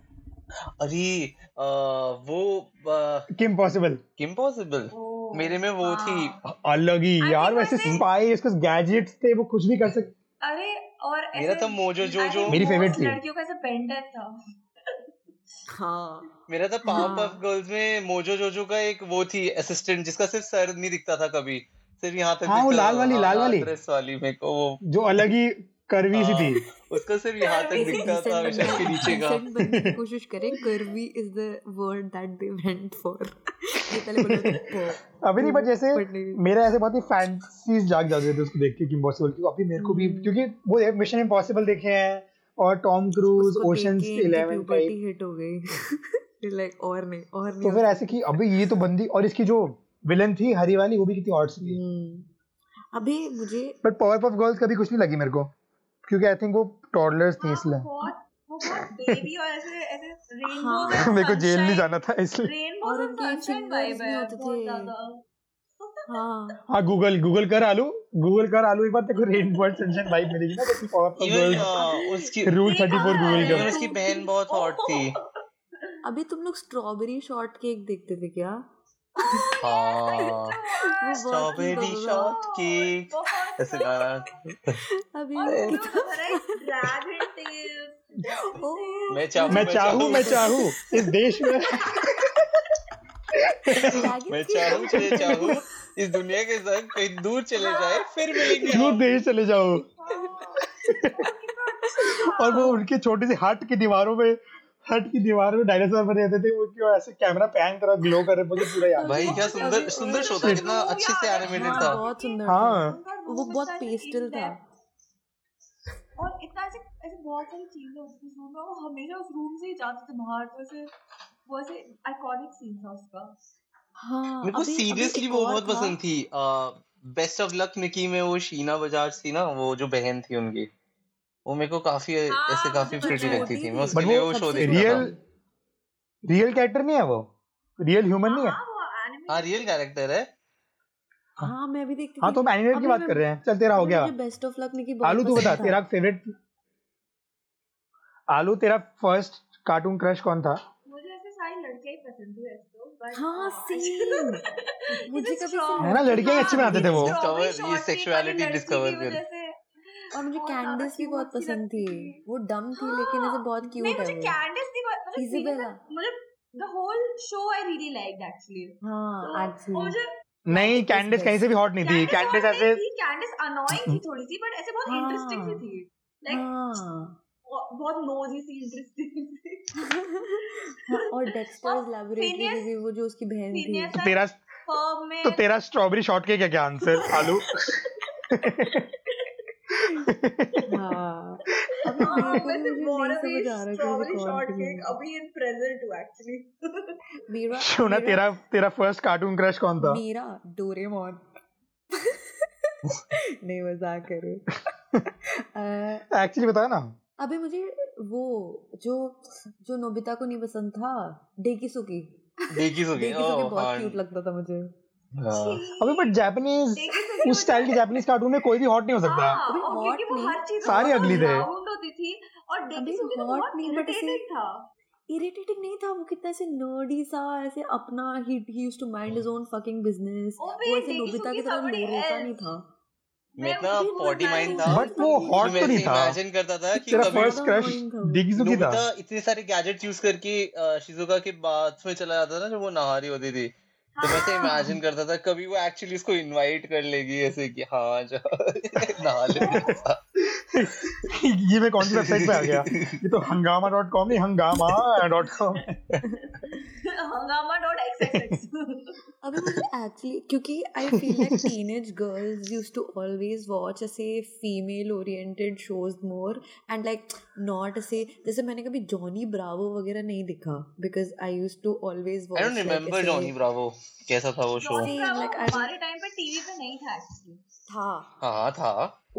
अरे अ, वो
किम पॉसिबल
किम पॉसिबल
ओ
मेरे में वो थी
हाँ
अलग ही
आई
यार
थिंक
वैसे
वैसे
स्पाई उसके गैजेट्स थे वो कुछ भी कर सकते
अरे और
मेरा
ऐसे
था मोजो
आई
जोजो
थिंक
मेरी फेवरेट
मोस्ट
थी
लड़कियों का ऐसे पेंडेंट था
हाँ
मेरा था पावर पफ
हाँ
गर्ल्स में मोजो जोजो का एक वो थी असिस्टेंट जिसका सिर्फ सर नहीं दिखता था कभी सिर्फ यहाँ तक
हाँ वो
दिखता
लाल
था
वाली
हाँ
लाल
हाँ
वाली
ड्रेस वाली मेरे को वो
जो अलग ही करवी सी थी
हाँ उसका सिर्फ यहाँ तक
वैसे
तो दिखता था
डिसेंट
हमेशा
बनने
इसके नीचे का
डिसेंट बनने की कोशिश करें curvy is the word that they went for ये पहले बोला था प
अभी नहीं बट जैसे
बट नहीं
मेरा ऐसे बहुत ही फैंसीज जाग जाते थे उसको देख के किम पॉसिबल की अभी मेरे को भी
हम्म,
क्योंकि वो मिशन इम्पॉसिबल देखे हैं और टॉम क्रूज
उसको देख
ओशंस
के इनकी
11
प्यूबर्टी
टाइप
हिट हो गई लाइक और नहीं और नहीं
तो
हो
फिर ऐसे
सकता
कि अभी ये तो बंदी और इसकी जो विलन थी हरी वाली वो भी कितनी ऑड सी थी
हम्म, अभी मुझे
बट पावर पफ गर्ल्स कभी कुछ नहीं लगी मेरे को क्योंकि आई थिंक वो टॉडलर्स
हाँ,
थी इसलिए
हाँ, बहुत वो बहुत बेबी और ऐसे ऐसे रेनबोज
हाँ।
एंड
मेरे को जेल नहीं
sunshine-
जाना था इसलिए
रेनबोज
और
एंड
उनके
सनशाइन
fingers
वाइब
नहीं
है
होते
बहुत
थे।
ज्यादा
हाँ
हाँ गूगल गूगल कर आलू गूगल कर आलू एक बार तेरे को रेनबो एंड सनशाइन वाइब मिलेगी ना जैसे पावर पफ
इवन
गर्ल्स
हाँ, उसकी
रूट
देखा
थर्टी फोर गूगल
even
है,
कर
उसकी
Ruth
बहन
की-
बहुत hot थी।
अभी तुम लोग स्ट्रॉबेरी शॉर्ट केक देखते थे क्या
हाँ
वो बहुत
स्ट्रॉबेरी
cute होता था
शॉर्ट केक
बहुत
ऐसे गाना
अभी
और
वो
वो
Yes.
कितना ओ,
जो हमारा एक ड्रैगन टेल्स
मैं
हाँ,
चाहूँ
मैं चाहूँ मैं चाहूँ इस देश में
Dragon
मैं
की
चाहूँ चले
कहानी है।
चाहूँ इस दुनिया के संग कहीं दूर चले जाए फिर मिलेंगे
दूर
हम
देश चले जाओ और
हाँ।
वो उनके छोटे से हट की दीवारों में हट की दीवारों में डायनासोर बने रहते थे वो क्यों ऐसे कैमरा पैन तरह ग्लो कर रहे मुझे पूरा याद है।
भाई क्या
अभी-
सुंदर
अभी- तो
सुंदर शो था
Shit.
कितना अच्छे से एनिमेटेड
हाँ
था
बहुत सुंदर था
हाँ
वो बहुत pastel था।
और इतना ऐसे ऐसे बहुत सारी चीजें होती थी रूम में वो हमेशा उस रूम से ही जाते थे बाहर तो ऐसे वो ऐसे आइकॉनिक सीन था उसका
हाँ
मेरे को
अभी अभी
सीरियसली
एक
वो
और
बहुत
था
पसंद थी बेस्ट ऑफ लक निकी में वो शीना बजाज थी ना वो जो बहन थी उनकी वो मेरे को काफी
हाँ,
ऐसे काफी
तो
मुझे
प्रिटी
पता है।
लगती थी मैं उसके
थी।
छोटी
लिए
But
वो
वो
शो
सबसे
देखता था
रियल रियल कैरेक्टर नहीं है वो रियल ह्यूमन नहीं है
हाँ वो एनिमे
हाँ रियल कैरेक्टर है
हाँ मैं भी देखती
हाँ
थी
तो हम एनिमेटेड की
अभी
बात
मैं-
कर रहे हैं चल तेरा हो
अभी
गया
मुझे बेस्ट ऑफ लक निकी बहुत
आलू तू बता
पसंद था
तेरा फेवरेट आलू तेरा फर्स्ट कार्टून क्रश कौन था
मुझे ऐसे सारी लड़कियां ही पसंद थी वैसे तो बट
हाँ सेम मुझे कभी से
है ना, लड़कियां ही अच्छी बनाते थे वो।
Discover- ये sexuality discover कर।
और मुझे कैंडिस भी बहुत पसंद थी वो डम थी लेकिन ऐसे बहुत क्यूट है
मुझे
वो
कैंडिस भी बहुत मतलब
Isabella।
seriously, मतलब the whole show I really liked actually
हाँ एक्चुअली
मुझे
नहीं
That is
कैंडिस कहीं
best.
से भी हॉट नहीं थी
कैंडिस
कैंडिस
और
ऐसे
नहीं थी कैंडिस अनोइंग थी थोड़ी सी बट ऐसे बहुत
हाँ।
इंटरेस्टिंग सी थी लाइक
हाँ
बहुत नोजी सी इंटरेस्टिंग सी
हाँ, और डेक्स्टर्स लैबोरेटरी में
Phineas-
भी वो जो उसकी बहन थी
Phineas
तो तेरा
फर्म में
तो तेरा स्ट्रॉबेरी शॉर्ट केक है क्या आंसर आलू
हाँ अब
हाँ,
मेरे को भी मुझे
वैसे
नहीं
wanna be
समझ आ रहा कि मुझे कौन
strawberry
सी
shortcake
बहन थी
अभी in present too, actually.
मेरा
शोना
मेरा
तेरा तेरा फर्स्ट कार्टून क्रश कौन था
मेरा डोरेमोन नहीं मजाक करो अ,
एक्चुअली बताया ना
अबे मुझे वो जो जो नोबिता को नहीं पसंद था डेकिसुकी
देखी सो गई
डेकिसुकी
ओह
तो बहुत
हाँ
क्यूट लगता था मुझे
हाँ।
अबे बट जापानीज
Dekisugi
उस स्टाइल के जापानीज कार्टून में कोई भी हॉट नहीं हो सकता
हाँ,
अबे
और
hot
क्योंकि वो
नहीं,
हर चीज
सारे
बहुत
अगली थे।
round होती थी, और
अबे
Dekisugi तो
हॉट
बहुत
नहीं बट ऐसे
irritating था।
इरिटेटिंग नहीं था वो कितना ऐसे नर्डी सा ऐसे अपना ही ही used to mind his own fucking business
Oh,
वो
wait,
ऐसे नोबिता की
Dekisugi
तरह
somebody
रो रोता
else.
नहीं था
मैं
मैं इतना
उसको
अबे वो
पॉटी
मैं
माइंड
नर्डी
था
सा
कि मैं
बट वो हॉट
फकिंग
तो नहीं
ऐसे इमेजिन करता
था
था कि
तेरा
कभी
फर्स्ट
ज्यादा
क्रश
अनोइंग था वो
डिगजुकी था
नोबिता इतने सारे गैजेट्स यूज करके अ, शिजुका के बाथ में चला जाता था जब वो नहा रही होती थी तो मैं ऐसे
हाँ,
इमेजिन करता था कभी वो एक्चुअली उसको इनवाइट कर लेगी ऐसे कि हाँ जा नहा ले मेरे साथ
ये मैं कौन सी वेबसाइट पे आ गया ये तो हंगामा डॉट कॉम नहीं हंगामा डॉट कॉम
Hangama.xxx.
अबे मुझे एक्चुअली क्योंकि I feel like teenage girls use to always watch ऐसे female oriented shows more and like not ऐसे जैसे मैंने कभी जॉनी ब्रावो वगैरह नहीं देखा because I use to always
I don't
watch like
remember
ऐसे
जॉनी ब्रावो कैसा था वो show
Johnny
Same,
Bravo
like, I don't-
हमारे time पे TV पे नहीं था actually.
था
हाँ था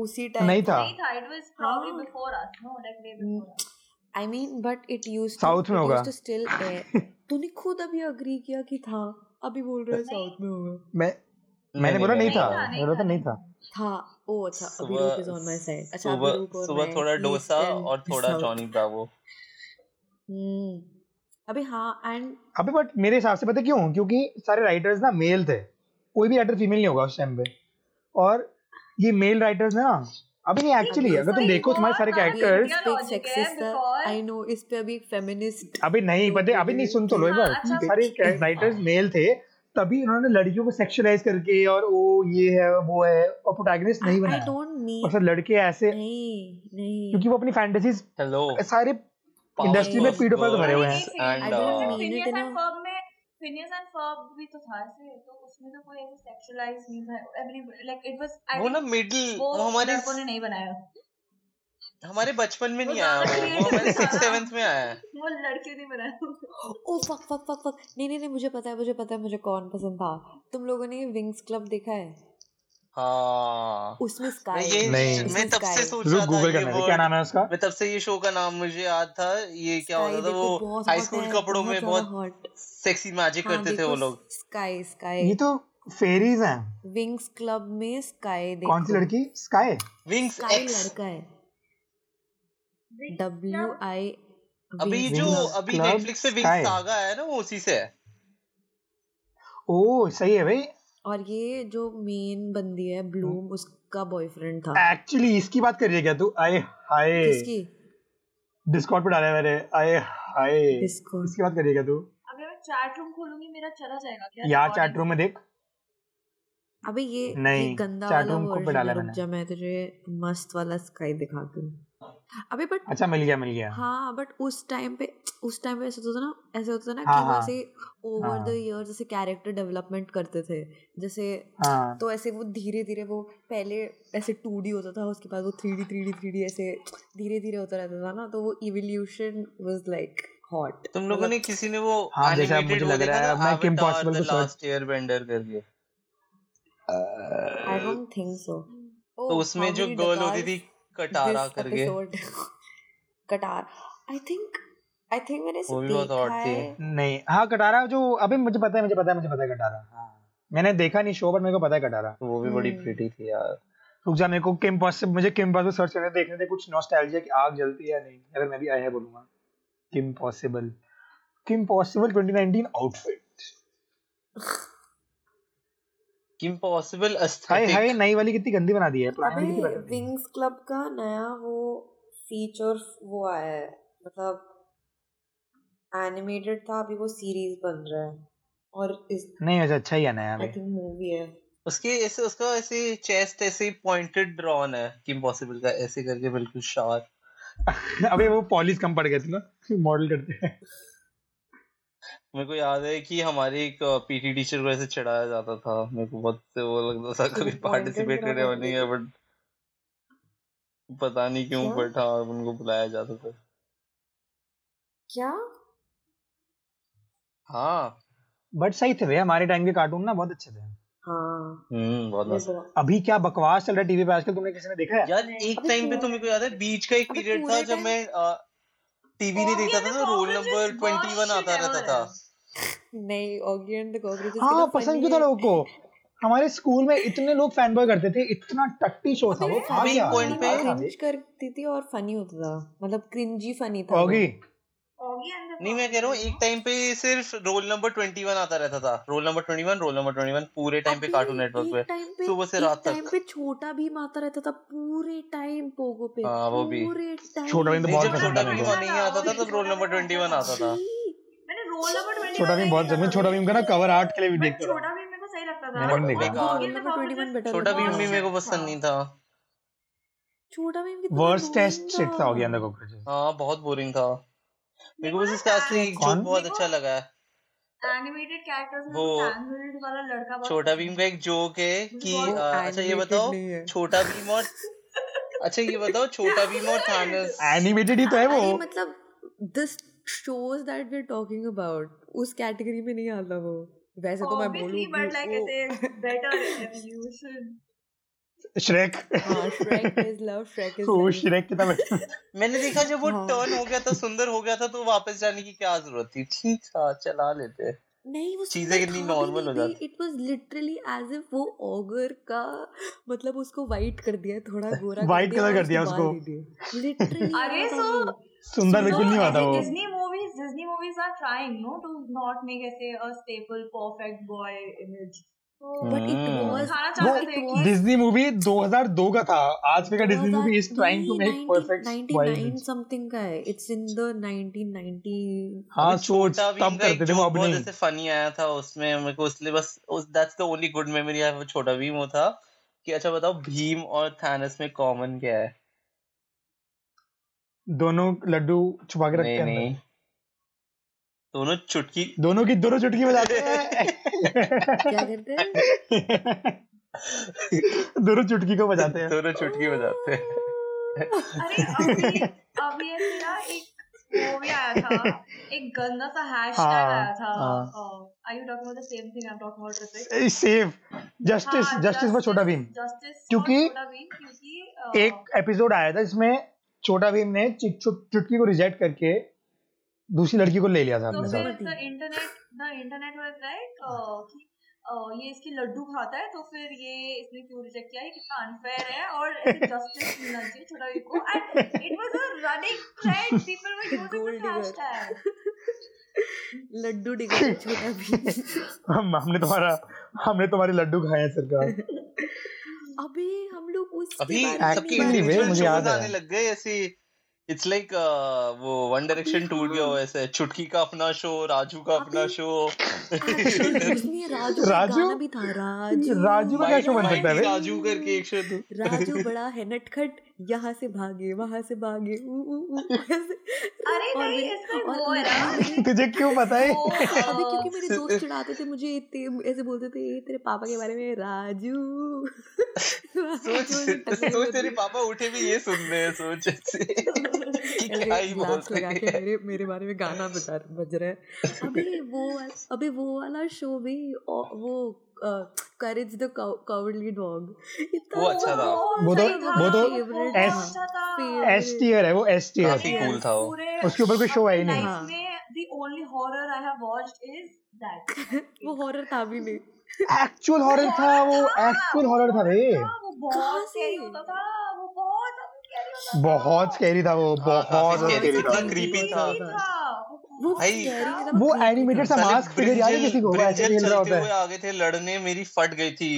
उसी टाइम
नहीं था
नहीं था, it was probably
हाँ।
before us, no, like way before us.
I mean but it use to
south में
इट
होगा
यूज टू स्टिल तूने खुद अभी अग्री किया कि था अभी बोल रहा है
नहीं।
साउथ में होगा
मैं मैंने
नहीं
बोला नहीं
नहीं
था
नहीं था, नहीं
बोला
था,
तो नहीं
नहीं
था
था।
था ओ अच्छा Abhirup is
Subah
on my side अच्छा
सुबह
अभिरूप और
सुबह
मैं
थोड़ा
ईस्ट
डोसा
एंड
और थोड़ा
साउथ
जॉनी ब्रावो
हम्म अबे हाँ एंड
अबे बट मेरे हिसाब से पता है क्यों क्योंकि सारे राइटर्स ना मेल थे कोई भी राइटर फीमेल नहीं होगा उस टाइम पे और ये मेल राइटर्स ना अभी नहीं
See,
एक्चुअली
this
अगर तुम
is
देखो तुम्हारे
बहुत
सारे
अभी इस
कैरेक्टर्स
पे एक
Machiavellian हाँ, logic
सेक्सिस्ट
है because
आई नो इस पे अभी एक फेमिनिस्ट
अबे नहीं पता है अभी नहीं सुन तो लो एक
हाँ
बार
अच्छा
सारे राइटर्स मेल थे तभी उन्होंने लड़कियों को सेक्सुअलाइज करके और ओ ये है वो है और प्रोटैगनिस्ट नहीं
आई
बनाया
डोंट
और
मीन
फिर लड़के ऐसे
नहीं नहीं
क्योंकि वो अपनी फैंटेसीज
हेलो
सारे इंडस्ट्री में
नहीं।
पावरपफ
पीडोफाइल से भरे
अरे
हुए
गर्ल्स
हैं
एंड
आई
एक सेकंड
डोंट
uh,
मीन
जैसे
it
Phineas
in
and Ferb में फिनियस एंड फर्ब भी तो था ऐसे तो उसमें तो कोई ऐसे सेक्सुअलाइज नहीं था every like it was I
वो ना
थिंक
मिडिल
वो
वो हमारे
लड़कों ने नहीं बनाया
हमारे बचपन में
वो
नहीं आया
ज्यादा
वो वो हमारे
क्रिएटिव था
सिक्स
ना
सेवेंथ में आया है
वो लड़कियों ने बनाया
ओ फक फक फक फक नहीं नहीं नहीं मुझे पता है मुझे पता है मुझे कौन पसंद था तुम लोगों ने विंग्स क्लब देखा है
हाँ
उसमें
मैं
स्काई
ये
नहीं।
मैं तब से सोच
रुक
रहा था
गूगल
ये
करना है क्या
word-
नाम है उसका
मैं तब से ये शो का नाम मुझे याद था ये क्या होता था वो हाई स्कूल कपड़ों में बहुत
हॉट
सेक्सी मैजिक
हाँ,
करते थे वो लोग
स्काई
ये
स्काई
तो फेरीज हैं
विंग्स क्लब में स्काई देखो
कौन सी लड़की स्काई
विंग्स
स्काई
एक्स
लड़का है
Club
डब्ल्यू आई
अभी ये जो
Wings
अभी
Club
नेटफ्लिक्स पे विंग्स
Sky।
सागा है ना वो उसी से है
ओ सही है भाई
और ये जो मेन बंदी है ब्लूम
हम्म।
उसका बॉयफ्रेंड था
एक्चुअली इसकी बात कर रही है क्या तू आए हाय
हाँ। किसकी
डिस्कॉर्ड पे डाला है मैंने आए हाय
इसको
इसकी बात कर रही है क्या तू
अगर मैं चैट रूम खोलूंगी मेरा चला जाएगा क्या
यहाँ
Recording?
चैट रूम में देख
अबे ये ये
नहीं,
गंदा
chat
वाला
room को पे
वर्जन
डाला
है रुक
मैंने।
जा मैं तुझे मस्त वाला स्काई दिखाती हूँ अबे बट
अच्छा मिल गया मिल गया
हाँ बट उस टाइम पे उस टाइम पे ऐसा होता था ना ऐसे होता था ना
हाँ,
कि वो
हाँ।
ऐसे ओवर द
हाँ।
इयर्स ऐसे कैरेक्टर डेवलपमेंट करते थे जैसे
हाँ
तो ऐसे वो धीरे धीरे वो पहले ऐसे टू डी होता था उसके बाद वो three D three D three D ऐसे धीरे धीरे होता रहता था ना तो वो इवोल्यूशन वाज लाइक हॉट
तुम लोगों ने किसी ने वो
मतलब हाँ, जैसे अब
एनिमेटेड
मुझे
वो
लग रहा
देखा था
है, अब मैं
एवेटार
Kim
द
Possible को search- Uh,
लास्ट एयरबेंडर करके
I don't think so oh
तो उसमें जो गर्ल होती थी कटारा
दिस
करके
एपिसोड कटार आई थिंक आई थिंक मैंने इसे
वो भी बहुत odd
देखा
थी।
है
नहीं हाँ कटारा जो अभी मुझे पता है मुझे पता है मुझे पता है कटारा हाँ। मैंने देखा नहीं शो पर मेरे को पता है कटारा
वो भी बड़ी
हम्म।
प्रीटी थी यार
रुक जा मेरे को किम पॉसिबल मुझे किम पॉसिबल सर्च करने देखने दे कुछ नॉस्टैल्जिया की आग जलती है या नहीं अगर मैं भी आई है बोलूंगा Kim Possible Kim Possible 2019 outfit
Kim Possible
high
aesthetic
हाय नई वाली कितनी गंदी बना दी है पुरानी वाली कितनी
अबे
बेटर थी
विंग्स क्लब का नया वो फीचर वो आया है मतलब एनिमेटेड था अभी वो सीरीज बन रहा है और इस
नहीं वैसे अच्छा ही है नया
आई
भी
थिंक मूवी है
उसके ऐसे उसका ऐसे चेस्ट ऐसे पॉइंटेड ड्रॉन है किम पॉसिबल का ऐसे करके बिल्कुल शार्प
अबे वो पॉलिश कम पड़ गए थे ना मॉडल करते हैं
मेरे को याद है कि हमारे एक पीटी टीचर को ऐसे चढ़ाया जाता था मेरे को बहुत से वो लगता था
क्यों
कभी
पॉइंटेड
पार्टिसिपेट
क्या
करने वाला
करती
नहीं है
थी
बट पता नहीं क्यों
क्या
बट हाँ उनको बुलाया जाता था
क्या
हाँ
बट सही थे भाई हमारे टाइम के कार्टून ना बहुत अच्छे थे
हाँ
हम्म बहुत
ये
मस्त
बहुत
अभी क्या बकवास चल रहा है टीवी पे आजकल तुमने किसी ने देखा है
यार
नहीं।
एक
अबे
टाइम पे
पूरा
तो मेरे को याद है बीच का एक
अबे
पीरियड था
पूरे
जब
टाइम
मैं टीवी नहीं
Corgi
देखता
and
था
the
तो roll
Cockroaches
number
worst
twenty one
shit
आता रहता था
ever
नहीं
है।
ऑगी एंड द कॉकरोचेस कितना
हाँ पसंद
फनी
क्यों था
तो है
लोगों को हमारे स्कूल में इतने लोग फैन बॉय करते थे इतना टट्टी शो था
अबे
वो
अबे
भाग
एक
गया
पॉइंट पे
फनी मैं
भाग गया
क्रिंज करती थी और फनी होता था मतलब क्रिंजी फनी था वो
होगी
Corgi and the
नहीं मैं कह रहा हूँ
Cockroaches,
एक
हाँ।
टाइम पे सिर्फ रोल नंबर ट्वेंटी वन आता रहता था roll number twenty one roll number twenty one पूरे टाइम पे
अबे
कार्टून नेटवर्क
एक
पे
टाइम पे
सुबह से
एक
रात
टाइम
तक
पे छोटा भीम आता रहता था पूरे टाइम पोगो पे
हाँ वो भी
पूरे
छोटा भीम
टाइम
तो
नहीं जब
बहुत पसंद था
छोटा
छोटा
मेरे
भीम
को
और नहीं आता था तब रोल नंबर
भीम अच्छा था, वो भी छोटा भीम
ट्वेंटी
अच्छा
वन आता था
छी
था। मैंने
छोटा भीम बहुत जमीन
रोल नंबर ट्वेंटी वन नहीं देखा था
छोटा भीम का
भाई
ना कवर आर्ट के लिए भी देखता
बट छोटा
था
भीम मेरे
बेकार
मैंने भी नहीं देखा
मुझे रोल नंबर
को सही लगता था और Corgi and the
Chhota Bheem
twenty one better लगता
Cockroaches बहुत
भी मेरे को
था
shit था।
पसंद नहीं था
छोटा भीम कितना
वर्स्ट
बोरिंग
टेस्ट
था
शिट था हो गया द कॉकरोचेस
हाँ बहुत बोरिंग था मेरे
मेरे
को बस
को
उसका
ना
असली
टैन-
एक जोक
कौन
बहुत
मेरे को
अच्छा लगा है
एनिमेटेड कैरेक्टर्स हाँ। में
वो
वो टैंगल्ड वाला लड़का बहुत
छोटा भीम
पसंद
का एक जोक है
मुझे
कि अ, अच्छा ये
वो एनिमेटेड
बहुत
बताओ
नहीं है
छोटा भीम और अच्छा ये बताओ छोटा भीम और थानस
एनिमेटेड ही तो है वो
अरे मतलब this shows that we are talking about उस कैटेगरी में नहीं आता वो वैसे तो मैं
ऑब्वियसली
बोलूंगी
but like it is better evolution
Shrek
हाँ Shrek is love Shrek is
वो
लाइफ
श्रेक कितना बेटर
मैंने देखा जब वो
हाँ
टर्न हो गया था सुंदर हो गया था तो वापस जाने की क्या जरूरत थी ठीक था चला लेते हैं।
नहीं वो
चीजें
सुंदर
कितनी
था भी
नॉर्मल
नहीं
हो
बे
जाती
it was literally as if वो ऑगर का मतलब उसको वाइट कर दिया थोड़ा गोरा कर
व्हाइट
दिया
कलर कर
और उसके
दिया
बाल
उसको
दे दिए लिटरली
अरे
ऐसा था
सो
वो
सुंदर
सो
बिल्कुल नहीं हुआ था वो
Disney movies Disney movies are trying no to not make ऐसे a stable perfect boy image तो
बट इट
हम्म
वाज
दिखाना
Hmm. वो
चाहते
इट
थे कि
वाज
डिज्नी मूवी 2002 का था आजकल का Disney
2000
movie is trying to
नहीं
make
90
perfect boy
99
image
something का है इट्स इन द 1990
अबे
हाँ सोच
छोटा भीम
तब
का एक
करते थे वो
जोक
अब
बहुत
नहीं
ऐसे फनी आया था उसमें मेरे को इसलिए बस उस that's the only good memory I have Chhota Bheem वो था कि अच्छा बताओ भीम और थानस में कॉमन क्या है
दोनों लड्डू छुपा के
नहीं
रखते हैं
नहीं
अंदर
दोनों चुटकी
दोनों की दोनों चुटकी बजाते हैं
क्या करते हैं
दोनों चुटकी को बजाते हैं
दोनों चुटकी बजाते हैं
अरे अभी अभी ऐसे ना एक वो भी आया था एक गंदा सा हैशटैग
हाँ,
आया था Oh,
हाँ।
Are you talking about the same thing I am talking about reset
save justice
हाँ,
justice for Chhota Bheem
justice
क्योंकि
छोटा भीम क्योंकि uh, अ,
एक एपिसोड आया था जिसमें छोटा भीम ने चिट- चुट- चुटकी को रिजेक्ट करके दूसरी लड़की को ले लिया था
तो
अपने
फिर
साथ
the internet the internet was like uh,
हाँ।
कि अ, ये इसकी लड्डू खाता है तो फिर ये इसने क्यों रिजेक्ट किया ये कितना अनफेयर है और जस्टिस मिलना चाहिए छोटा भीम को and it was a running thread people were using
Gold
this
digger.
Hashtag
laddoo digger Chhota Bheem
हम हमने तुम्हारा हमने तुम्हारे लड्डू खाए हैं सरकार
अभी हम लोग उसके
अभी
बारे में
सबकी
नहीं
Actually,
बात
वे
कर
इंडिविजुअल
मुझे
रहे
याद
शोज
है।
आने लग गए ऐसी इट्स लाइक वो वन डायरेक्शन टूट
हाँ।
गया हो ऐसे चुटकी का अपना शो राजू का अपना
अभी
शो
एक्चुअली उसमें राजू का एक
राजू?
गाना भी था राजू
राजू का क्या
माइट
शो बन
माइट
सकता है
भी
बे?
राजू करके एक शो
राजू बड़ा है नटखट यहाँ से भागे वहां से भागे ऊ ऊ ऊ ऐसे
अरे
और
नहीं
मेरे-
इसमें
और
वो है
लड़कियों
ना
के लिए
तुझे क्यों पता है
वो
अबे क्योंकि
अ,
मेरे दोस्त चिढ़ाते थे मुझे इतने ऐसे बोलते थे "ए, तेरे पापा के बारे में राजू
सोच
राजू ऐसे टकले
सोच तेरे
होती
पापा उठे भी ये सुन रहे हैं सोच ऐसे कि
ऐसे
क्या ही बोल
ग्लास लगा
रहे
के
हैं
मेरे मेरे बारे में गाना बजा बज रहा है अबे वो वाल- अबे वो वाला शो भी औ- वो करेज द कवर्डली डॉग इतना
वो अच्छा था
बहुत
वो तो-
सही था
वो तो
फेवरेट
बहुत
S-
अच्छा था
एस टीयर है वो एस टीयर
काफी
मैंने
कूल था वो
पूरे
उसके ऊपर कोई शो है ही
अपनी
नहीं
लाइफ
हाँ।
में the only horror I have watched is that
वो हॉरर था भी नहीं
एक्चुअल हॉरर था वो एक्चुअल हॉरर था बे
वो
कहाँ
बहुत
से?
स्कैरी होता था वो बहुत स्कैरी होता था
बहुत स्कैरी था वो
हाँ काफी
बहुत
स्केरी था
ज्यादा स्कैरी था
बहुत
इतना
creepy,
क्रीपी
बहुत
था
creepy
ज्यादा
था
वो
वो
भाई,
बहुत
स्कैरी
था
मतलब
वो
creepy
एनिमेटेड
था
सा
साले
मास्क फिगर याद है
ब्रिंजल
किसी को वो ऐसे
ब्रिंजल
हिल रहा
चलते
होता
हुए
है
आ गए थे लड़ने मेरी फट गई थी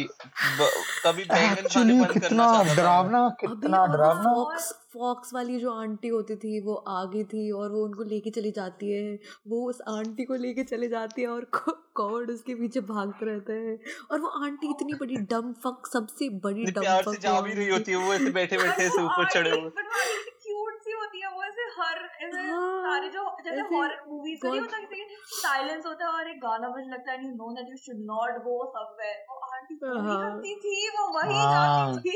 ब, कभी बैंगन खाने
एक्चुअली
बंद
कितना
करना चाहता था मैं
डरावना
अभी
कितना
और वो
डरावना
फॉक्स फॉक्स वाली जो आंटी होती थी वो आगे थी और वो उनको लेके चली जाती है वो उस आंटी को लेके चले जाती है और कॉर्ड उसके पीछे भागते रहते हैं और वो आंटी इतनी बड़ी डम फक सबसे बड़ी
नहीं,
डम
प्यार से
फक वो
तो
जा भी रही होती है वो ऐसे
आंटी
बैठे
और
बैठे
वो
ऐसे ऊपर चढ़े
आंटी
हुए
बट वो आंटी क्यूट सी होती है वो ऐसे हर ऐसे
हाँ,
सारे जो जैसे
ऐसे
हॉरर मूवीज में नहीं
God-
होता किसी साइलेंस होता है और एक गाना बजने लगता है and you know that you should not go somewhere वो आंटी वही
हाँ
करती थी वो वही
हाँ
जाती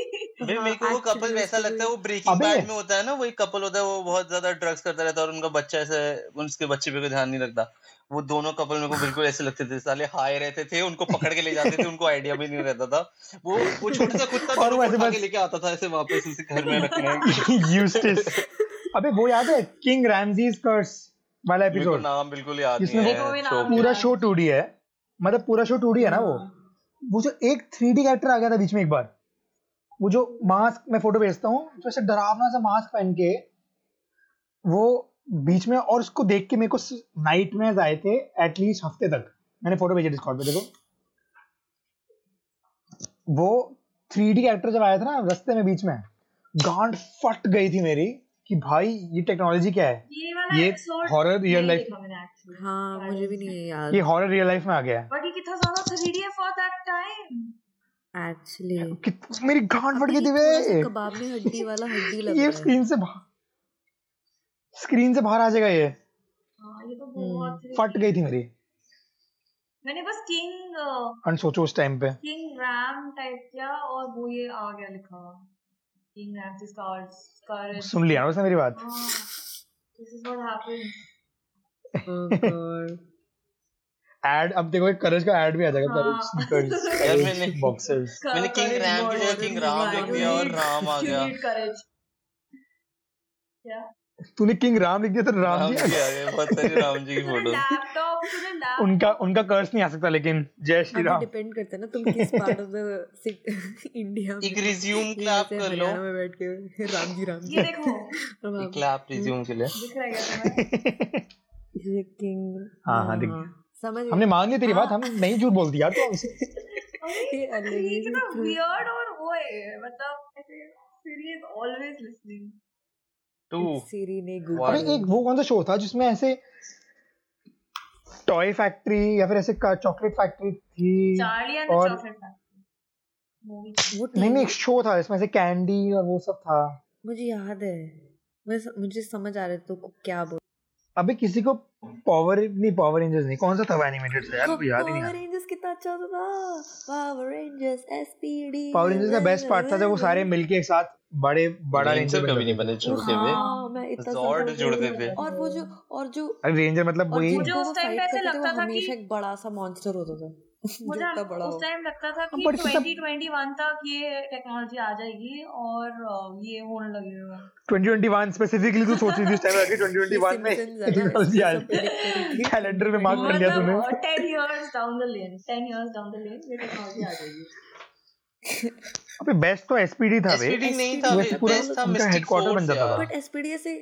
भाई
थी
हाँ
मेरे को वो कपल
एक्चुअली
वैसा
उसके
लगता है
कोई
वो ब्रेकिंग
अबे
बैड में होता है ना वो एक कपल होता है वो बहुत ज्यादा ड्रग्स करता रहता है और उनका बच्चा ऐसे उसके बच्चे पे कोई ध्यान नहीं रखता वो दोनों कपल मेरे को बिल्कुल ऐसे लगते थे साले हाय रहते थे उनको पकड़ के ले जाते थे उनको आइडिया भी नहीं रहता था वो वो छोटा सा कुत्ता
और
दोनों
वो
को
ऐसे
उठा के
बस
लेके आता था ऐसे वापस उसे घर में रखने के
यूस्टिस अबे वो याद है किंग रैमजीज कर्स वाला
मेरे को
एपिसोड
नाम बिल्कुल याद नहीं
जिसमें वो
मेरे को
है
भी
शो
नाम
का
नहीं
पूरा
याद
शो टू है मतलब पूरा शो टू है ना वो
हाँ
वो जो एक थ्री डी कैरेक्टर आ गया था बीच में एक बार वो जो मास्क मैं फोटो भेजता हूँ जो ऐसे डरावना सा मास्क पहन के वो बीच में और उसको देख के मेरे को नाइट में आए थे एटलीस्ट हफ्ते तक मैंने फोटो भेजे डिस्कॉर्ड पे देखो वो थ्री डी कैरेक्टर जब आया था ना रास्ते में बीच में गांड फट गई थी मेरी कि भाई ये टेक्नोलॉजी क्या है
ये वाला
ये
एपिसोड
हॉरर रियल
नहीं
लाइफ
देखा मैंने एक्चुअली
हाँ मुझे भी नहीं है
ये
याद
हॉरर रियल लाइफ में आ गया है
बट ये कितना ज्यादा three D for that time
actually
कि- मेरी गांड फट
अबे
गई थी
ये थोड़ा सा
बे
कबाब में हड्डी वाला हड्डी लग
ये
रहा है
स्क्रीन से बाहर स्क्रीन से बाहर आ जाएगा ये
हाँ ये तो
हम्म
बहुत
फट
थ्रिलिंग
गई थी मेरी
मैंने बस किंग
एंड सोचो उस टाइम पे
किंग रैम टाइप किया और वो ये आ गया लिखा किंग रैम से स्कार्स स्कारज
सुन लिया ना उसने मेरी बात
हाँ this is what happens
Oh God.
Ad अब देखो करेज का एड भी आ जाएगा करेज
हाँ
स्नीकर्स
यार
करेज
मैंने
बॉक्सर्स
मैंने किंग
करेज
रैम की जगह
word
Horror
king
movie
Ram लिख दिया और राम आ
वाला
हाँ यू नीड यू
गया
नीड करेज क्या
तूने किंग राम लिख दिया तो राम जी
राम
आ
जी आ गए बहुत सारी
गए
राम जी की
तूने
फोटोज
लैपटॉप तूने
उनका
लैपटॉप
उनका कर्स नहीं आ सकता लेकिन जय श्री
अभी
राम
डिपेंड करता है ना तुम किस पार्ट ऑफ द इंडिया में
एक
हो
रिज्यूम
ये
क्लैप
ऐसे
कर लो
हरियाणा में बैठ के राम जी राम जी
ये देखो
और
एक
वहाँ पे
क्लैप
हम्म,
रिज्यूम के लिए
दिख रहा है क्या तुम्हें
ये किंग
हाँ
हाँ
हाँ दिख
हाँ
गया
समझ गए
हमने मान ली तेरी बात
हाँ
हम नहीं झूठ तो बोलती यार तू हमसे
अरे
ये अलग
ये
ही
कितना
था।
वियर्ड और वो है मतलब Siri is always listening
to
Siri ने
अबे
वन
गूगल
एक वो कौन सा शो था जिसमें ऐसे टॉय फैक्ट्री या फिर ऐसे चॉकलेट फैक्ट्री थी
चार्ली एंड द
और
चॉकलेट फैक्ट्री मूवी
वो
नहीं
टीवी
नहीं एक शो था इसमें से कैंडी और वो सब था
मुझे याद है बस मुझे समझ आ रहा है तो क्या बोल
अबे किसी को पावर नहीं पावर रेंजर्स नहीं कौन सा था एनिमेटेड से यार मुझे याद ही नहीं आ
पावर रेंजर्स तो कितना अच्छा होता था Power Rangers SPD
Power Rangers का बेस्ट पार्ट था जब वो सारे मिलके एक साथ बड़े बड़ा रेंजर
रेंजर कभी नहीं
बनते
बने
थे।
जुड़ते हुए
हाँ, मैं हाँ, इतना
Zord
ज्यादा
जुड़ते
बोर
थे।
हुई। और वो जो और जो
अरे रेंजर मतलब
और
वही
जिनको
मुझे
वो
उस time
fight
पे ऐसे
करते थे, वो
लगता था कि-
हमेशा एक बड़ा सा मॉन्स्टर होता था जो
मुझे
इतना
हम-
बड़ा
उस
हो
टाइम लगता था कि
हाँ, पर सब-
2021 तक ये टेक्नोलॉजी आ जाएगी और अ, ये होने लगेगा
2021 स्पेसिफिकली तू सोच रही थी उस टाइम कि
ये
2021 में
सिम्पसन्स है ना
टेक्नोलॉजी
इसको
आ
सब predict कर रही
जाएगी
थी
कैलेंडर में मार्क कर लिया
मतलब
तूने
ten years down the lane ten years down the lane ये टेक्नोलॉजी आ जाएगी
अबे बेस्ट तो एसपीडी
हाँ,
था बे
एसपीडी नहीं
SPD
था
वैसे पूरा
बेस्ट था
उनका
मिस्टिक
हेडक्वार्टर
फोर्स
बन जाता
यार
था
बट एसपीडी से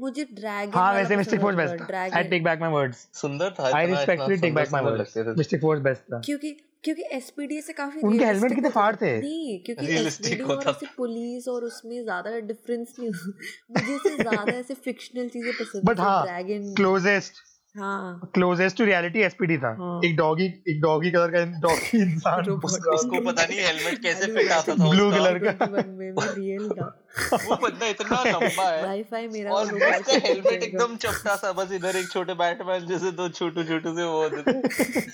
मुझे ड्रैगन
हाँ
वाला
वैसे मिस्टिक
पसंद
फोर्स
होता
बेस्ट
था
था I
dragon
take back my words
सुंदर था
आई
इतना इतना
रिस्पेक्टुअली टेक
सुंदर
बैक माय
सुंदर
वर्ड्स
लगते थे
मिस्टिक फोर्स बेस्ट था
क्योंकि क्योंकि एसपीडी से काफी
उनके हेलमेट
रियलिस्टिक
कितने
होता
फाड़
था
थे
नहीं क्योंकि
रियलिस्टिक
एसपीडी और
होता
ऐसे पुलिस और उसमें ज्यादा डिफरेंस नहीं हो- मुझे इससे ज्यादा ऐसे फिक्शनल चीजें पसंद है
बट
जैसे
हाँ
ड्रैगन
क्लोजेस्ट
हाँ
क्लोजेस्ट टू रियलिटी एसपीडी था
हाँ।
एक डॉगी एक डॉगी कलर का डॉगी इंसान घुस
रोबोट
रहा
उसको पता नहीं हेलमेट कैसे
हेलो
फिट आता
बैटरी
था
ब्लू
उसका
कलर का
2021 में भी रियल था
वो बंदा इतना लंबा है
वाईफाई मेरा
और
वालों
उसका
वाईफाई मिल
हेलमेट
जाएगा
एकदम चपटा सा बस इधर एक छोटे बैटमैन जैसे दो छोटू छोटू से वो होते थे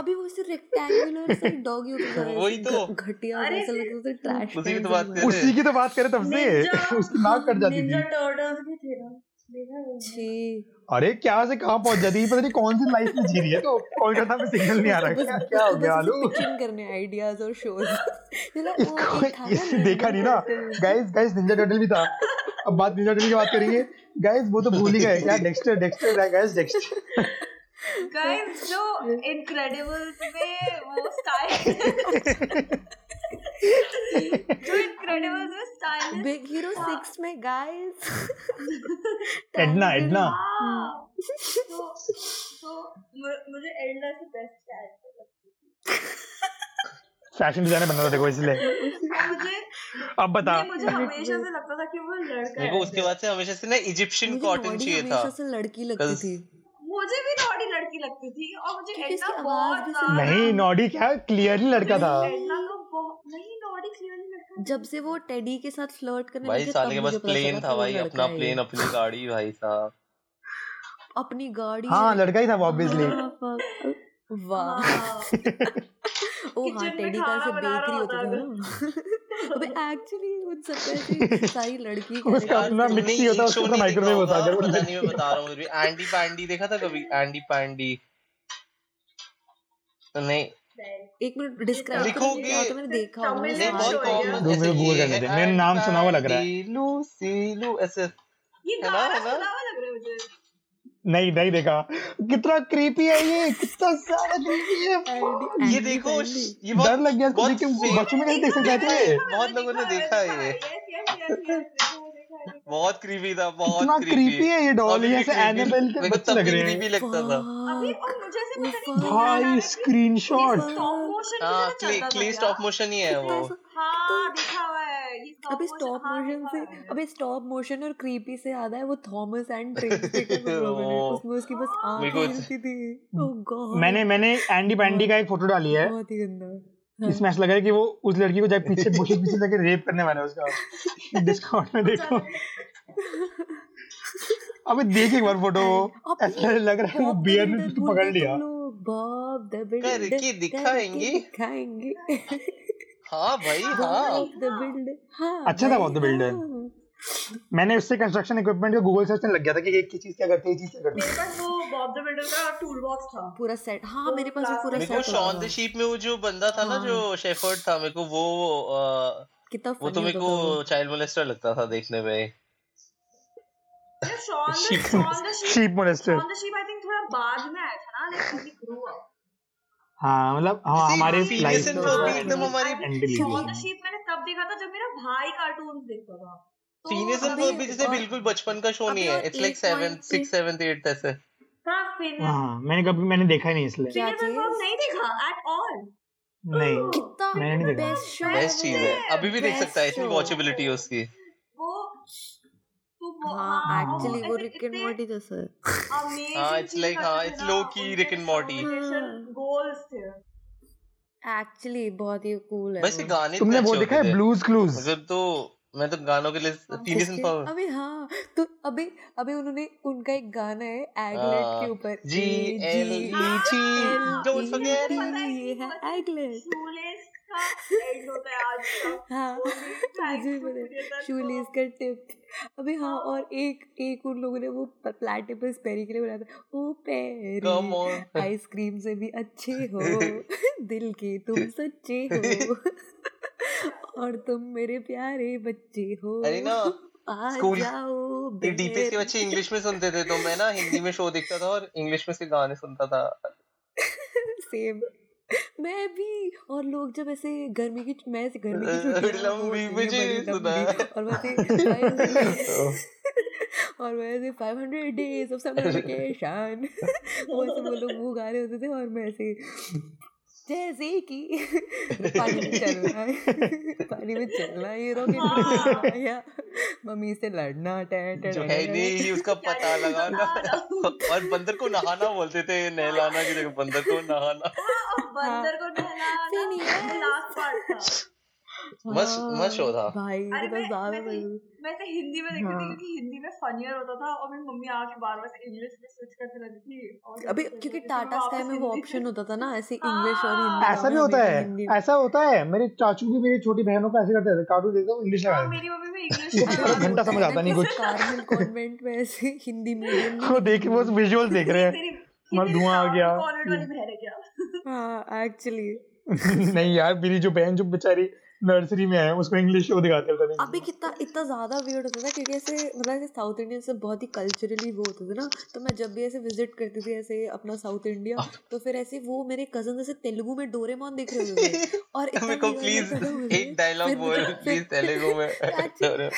अभी वो सिर्फ रेक्टेंगुलर सा डॉगी होता था
वही
ऐसे
तो
घ- घटिया
अरे
जैसा लगता था ट्रैश
उसी की
कैन
तो
से
बात कर रहे
मारा
उसी की तो बात करें तब
निंजा
से उसकी नाक
हाँ
कट जाती
निंजा
थी
टर्टल्स भी थे ना देखा है तुमने?
छी
अरे क्या से कहाँ पहुंच जाती है पता नहीं कौन सी लाइफ में जी रही है तो कोलकाता में सिग्नल नहीं आ
उसको
रहा
बस
क्या अच्छा, क्या
उसको
हो गया
बस ऐसे
आलू
पिचिंग करने आइडियाज और शोज ना वो
इसको
एक था ना
इसने देखा
निंजा
नहीं ना
turtle
guys guys ninja turtle भी था अब बात निंजा टर्टल की बात करेंगे गाइस वो तो भूल ही गए क्या डेक्स्टर डेक्स्टर है गाइस डेक्स्टर
गाइस जो इनक्रेडिबल्स में वो स्टाइल जो इनक्रेडिबल्स में स्टाइलिश
बिग हीरो
था
6 में गाइस
एडना एडना
हाँ
Hmm.
तो तो मु- मुझे एल्डा से बेस्ट कैरेक्टर लगती थी
फैशन डिजाइनर बनना था देखो इसलिए
और मुझे
अब बता
नहीं मुझे हमेशा से लगता था कि वो लड़का
मेरे को
है
उसके बाद से हमेशा से ना इजिप्शियन
मुझे
कॉटन
नॉडी
चाहिए था
हमेशा से लड़की लगती
Cause-
थी
मुझे भी नॉटी लड़की लगती थी और मुझे
क्योंकि
एडना
इसकी आवाज
बहुत
भी सिर्फ
ज्यादा
नहीं नॉडी क्या क्लियरली लड़का था
नहीं
एडना को बहुत नहीं नॉटी क्लियरली लड़का
जब से वो टेडी के साथ फ्लर्ट करने
भाई
लगे
साले
तब
के पास
मुझे पता चला
प्लेन था
कि वो
भाई
लड़का
अपना
है ये
प्लेन अपनी गाड़ी भाई साहब
अपनी गाड़ी
हाँ
अरे
लड़का ही था ऑब्वियसली
हाँ fuck. वाह
हाँ
ओ हाँ
किचन में
टेडी का
खाना
ऐसे
बना
बेकरी
रहा
होता
होता
था
है
ना अबे एक्चुअली उन सबका ऐसे सारी लड़की
उसका
यार
कैरेक्टर्स
अपना
थे
तुमने
मिक्सी
एक
होता उसका
शो नहीं देखा
अपना माइक्रोवेव
होगा
होता अगर वो
पता नहीं मैं
लड़की
बता रहा हूँ फिर भी एंडी पैंडी देखा था कभी एंडी पैंडी तो नहीं
एक मिनट डिस्क्राइब करो कि
लिखोगे
क्या होता है तो मैंने
ये
देखा होगा
तमिल
नहीं
मुझे
में
बहुत कॉमन ऐसे ये है
दो मिनट गूगल करने दे
याद नहीं
शो है क्या
मेरा
एंडी
नाम सुना हुआ लग रहा है
पैंडी लूसी लू ऐसे
ये
है ना
गाना
है ना
सुना हुआ लग रहा है मुझे
नहीं नहीं देखा कितना क्रीपी है ये कितना ज्यादा क्रीपी है
एंडी
ये
एंडी
देखो
पैंडी
श- ये
डर
बहुत
लग गया इसको
बहुत
देख के
ओ
फेम
बच्चों में कैसे देख
देखा
सकते
है
हैं
बहुत
तो ये
मैंने देखा मैंने
लोगों ने
देखा हाँ, मैंने
देखा है
देखा
ये
यस यस यस यस देखा है देखा है देखा है
बहुत क्रीपी था बहुत
कितना
क्रीपी
क्रीपी है ये डॉल
अभी भी
ये ऐसे
क्रीपी
एनाबेल के
मेरे को तब
बच्चे लग
भी
रहे
क्रीपी लगता था
हैं
अभी
फक
भाई
ओ फक
और मुझे से पता नहीं क्या गाना है कि ये
स्क्रीनशॉट
स्टॉप
फक
हाँ क्ले क्ले स्टॉप
मोशन में जैसे चलता था क्या
मोशन ही है
कितना
वो
ऐसा कितना
हाँ देखा हुआ है ये स्टॉप
अबे स्टॉप मोशन से
मोशन हाँ देखा है मैंने
अबे स्टॉप मोशन और क्रीपी से याद है वो थॉमस एंड ट्रिंस देखा तुम लोगों ने
वो
उसमें उसकी बस
मेरे
आंखें
को
ही
हाँ
दिखती थी ओ
मैंने
गॉड
मैंने एंडी पैंडी
बहुत
का एक फोटो डाली है
बहुत ही गंदा हाँ
इसमें ऐसा लग रहा है कि वो उस लड़की को जाए पीछे बुश के पीछे जाके रेप करने वाला है उसका डिस्काउंट में देखो अबे देख एक बार फोटो
एंड
ऐसा
अपनी
लग रहा है वो
बॉब द
बियर ने
बिल्डर
तुझे
भूल
पकड़
गए तुम
लिया
लोग बॉब द बिल्डर
करके
करके
दिखाएंगे
दिखाएंगे
हाँ भाई हाँ
बॉब द बिल्डर हाँ
अच्छा था
भाई
बहुत द बिल्डर
हाँ
मैंने उससे कंस्ट्रक्शन इक्विपमेंट का गूगल सर्च करने लग गया था कि एक चीज क्या करती है ये चीज क्या करती
मेरे
है
पास वो बॉब द बिल्डर का टूल बॉक्स था
पूरा सेट हाँ
वो
मेरे पास वो पूरा
प्लास्टिक
मेरे को
सेट
का
होता
शॉन द
था
शीप में वो जो बंदा था ना
हाँ
जो शेफर्ड था मेरे को वो अ,
कितना
वो तो
फनी
मेरे
होता था वो
को चाइल्ड मोलेस्टर लगता था देखने में
यार Shaun the
sheep
Shaun the sheep
sheep molester
Shaun the sheep I think थोड़ा बाद में आया था ना लाइक ओनली ग्रो अप
हाँ मतलब हाँ
जैसे
हमारे
सीरियस
लाइफ
एंड
में
दोस्तों
प्रॉपी
वो
एकदम
थोड़ा
हमारी
आई थिंक
एंडलीजी
शॉन द शीप मैंने तब देखा था जब मेरा भाई कार्टून देखता था तो
सीनियर्स एंड
तभी
अबे
प्रॉपी जैसे
और
बिल्कुल बचपन का शो नहीं है
अबे और
it's like
eight
seven
point पे
सिक्स सेवन एट ऐसे
था फिंगर
हाँ मैंने कभी मैंने देखा ही नहीं इसलिए
क्या
फिंगर
चीज
नहीं देखा एट ऑल
नहीं
कितना
मैंने नहीं देखा
बेस्ट शो है
बेस्ट
वो
चीज है अभी भी देख सकता
बेस्ट
है इतनी
शो
वॉचेबिलिटी है उसकी
वो तो वो
हाँ
हाँ और
एक्चुअली वो
वो ऐसे
रिक एंड
इतने
मॉर्टी जैसा है
हाँ
अमेजिंग
इट्स
चीजें
लाइक
करते
हाँ
थे
इट्स
ना
लो की रिक
उनके
एंड मॉर्टी
कम्युनिकेशन
हाँ
गोल्स थे
एक्चुअली बहुत ही कूल है
वैसे
वो
गाने इतने
तुमने वो
अच्छे
देखा
होते थे
है ब्लूज क्लूज
मतलब तो मैं तो गानों के लिए सीरियस
इसके-
इंसान
अबे हाँ तो अबे अबे उन्होंने उनका एक गाना है एगलेट
हाँ,
के ऊपर
G
A,
L
G,
E G
L,
don't
E,
forget
T,
पता है
ये है
किसको-
एगलेट
शूलेस का एंड होता है आज का
हाँ
वो भी थैंक्स
मुझे पता
टू प्रियदर्शन
शूलेस का टिप अबे हाँ और एक एक उन लोगों ने वो प्लेटिपस पेरी के लिए बनाया था ओ
कम
पेरी
ऑन
आइसक्रीम से भी अच्छे हो दिल के तुम सच्चे हो और तुम मेरे प्यारे बच्चे हो
अरे ना,
आ
स्कूल
जाओ
ये डीपीएस के बच्चे इंग्लिश में सुनते थे तो मैं ना हिंदी में शो देखता था और इंग्लिश में इसके गाने सुनता था
सेम मैं भी और लोग जब ऐसे गर्मी की मैं ऐसे गर्मी की
अ,
छुट्टियां हो
लंबी
ये
मुझे
बड़ी
सुना
लंबी
है।
और वैसे फाइव
ओह,
और वैसे five hundred days of summer vacation वो ऐसे वो लोग वो गा रहे होते थे और मैं ऐसे जैसे कि पानी में चलना है पानी में चलना ये रॉकेट में
हाँ।
उड़ना या मम्मी से लड़ना टैं टैं
जो
टैं
है
टैं
नहीं ही उसका
क्या
पता लगाना और बंदर को नहाना बोलते थे नहलाना की जगह बंदर को नहाना
बंदर को
Senior.
नहलाना लास्ट पार्ट था
मस्त मस्त शो था
हाँ, भाई
अरे
ये तो
मैं
ज्यादा
मैं तो मैं तो हिंदी में देखती थी
हाँ।
क्योंकि हिंदी में फनियर होता था और मेरी मम्मी आके बार बार इंग्लिश में स्विच करते रहती थी और
अबे
करते
क्योंकि
रहती थी, मैं
टाटा स्काई
वापस
में वो
हिंदी
ऑप्शन होता था ना ऐसे इंग्लिश और हिंदी
तो
ऐसा भी होता
का मैं हमेशा
हाँ
है
हिंदी
ऐसा होता है मेरे चाचू भी मेरी छोटी बहनों का ऐसे करते थे कार्टून देखते थे इंग्लिश लगा
हाँ
देते
मेरी मम्मी भी इंग्लिश
थे। वो
अरे
लगा
बेचारा
वो
तो घंटा समझ
होता है ना
देती
आता
कि
नहीं कुछ
वो कार्मेल कॉन्वेंट मतलब में ऐसे हिंदी मीडियम नहीं
वो
हिंदी
देख वो
मीडियम
विजुअल देख रहे
ये
हैं
तेरी
हमारा
ये तेरी
धुआं आ
कार्मेल
गया ये
कॉन्वेंट वाली बहन है क्या
हाँ एक्चुअली
नहीं यार मेरी जो बहन जो बेचारी नर्सरी में है उसको इंग्लिश शो दिखाते हैं, पता नहीं
अबे कितना इतना ज़्यादा वेट होता था क्योंकि ऐसे मतलब ऐसे साउथ इंडियन से बहुत ही कल्चरली वो होते थे ना तो मैं जब भी ऐसे विजिट करती थी ऐसे अपना साउथ इंडिया तो फिर ऐसे वो मेरे कजन ऐसे तेलुगु में डोरेमोन देख रहे होते थे और
तो
इतना
मेरे को
बुरा
प्लीज
लगता था मुझे
एक डायलॉग
फिर मुझे
बोल
फिर
प्लीज तेलुगु में
एक्चुअली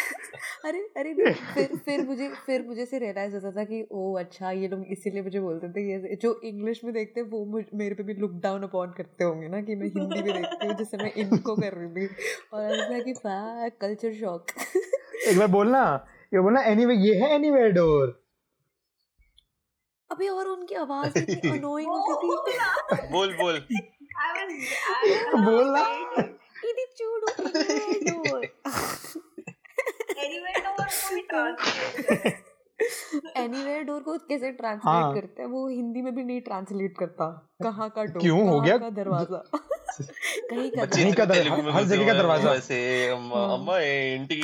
अरे अरे नहीं फिर फिर मुझे फिर मुझे से रियलाइज होता था कि ओ अच्छा ये लोग इसीलिए मुझे बोलते थे ये जो इंग्लिश में देखते हैं वो मुझ मेरे पे भी लुक डाउन अपॉन करते होंगे ना कि मैं हिंदी में देखती हूँ जैसे मैं इनको कर रही थी और ऐसा कि वाह कल्चर शॉक
एक बार बोलना ये बोलना एनीवे ये है एनीवे डोर
अभी और उनकी आवाज भी इतनी अनोइंग होती थी
बोल
बोल बोल
आई वाज आई वाज
बोलना
वेटिंग
इतनी चूड़ू एनीवेयर डोर
एनीवे डोर को
तो
भी ट्रांसलेट करें
एनीवेयर डोर को कैसे ट्रांसलेट
हाँ।
करते हैं वो हिंदी में भी नहीं ट्रांसलेट करता कहाँ का डोर
क्यों हो
कहाँ
गया
का दरवाजा कहीं का
बच्चे
कहीं
इतने
का
दरवाजा
दर,
तेलुगु में घुसे हुए हैं वो
हर, तो हर जगह का दरवाजा
ऐसे अम्मा
हाँ
अम्मा ఏంటి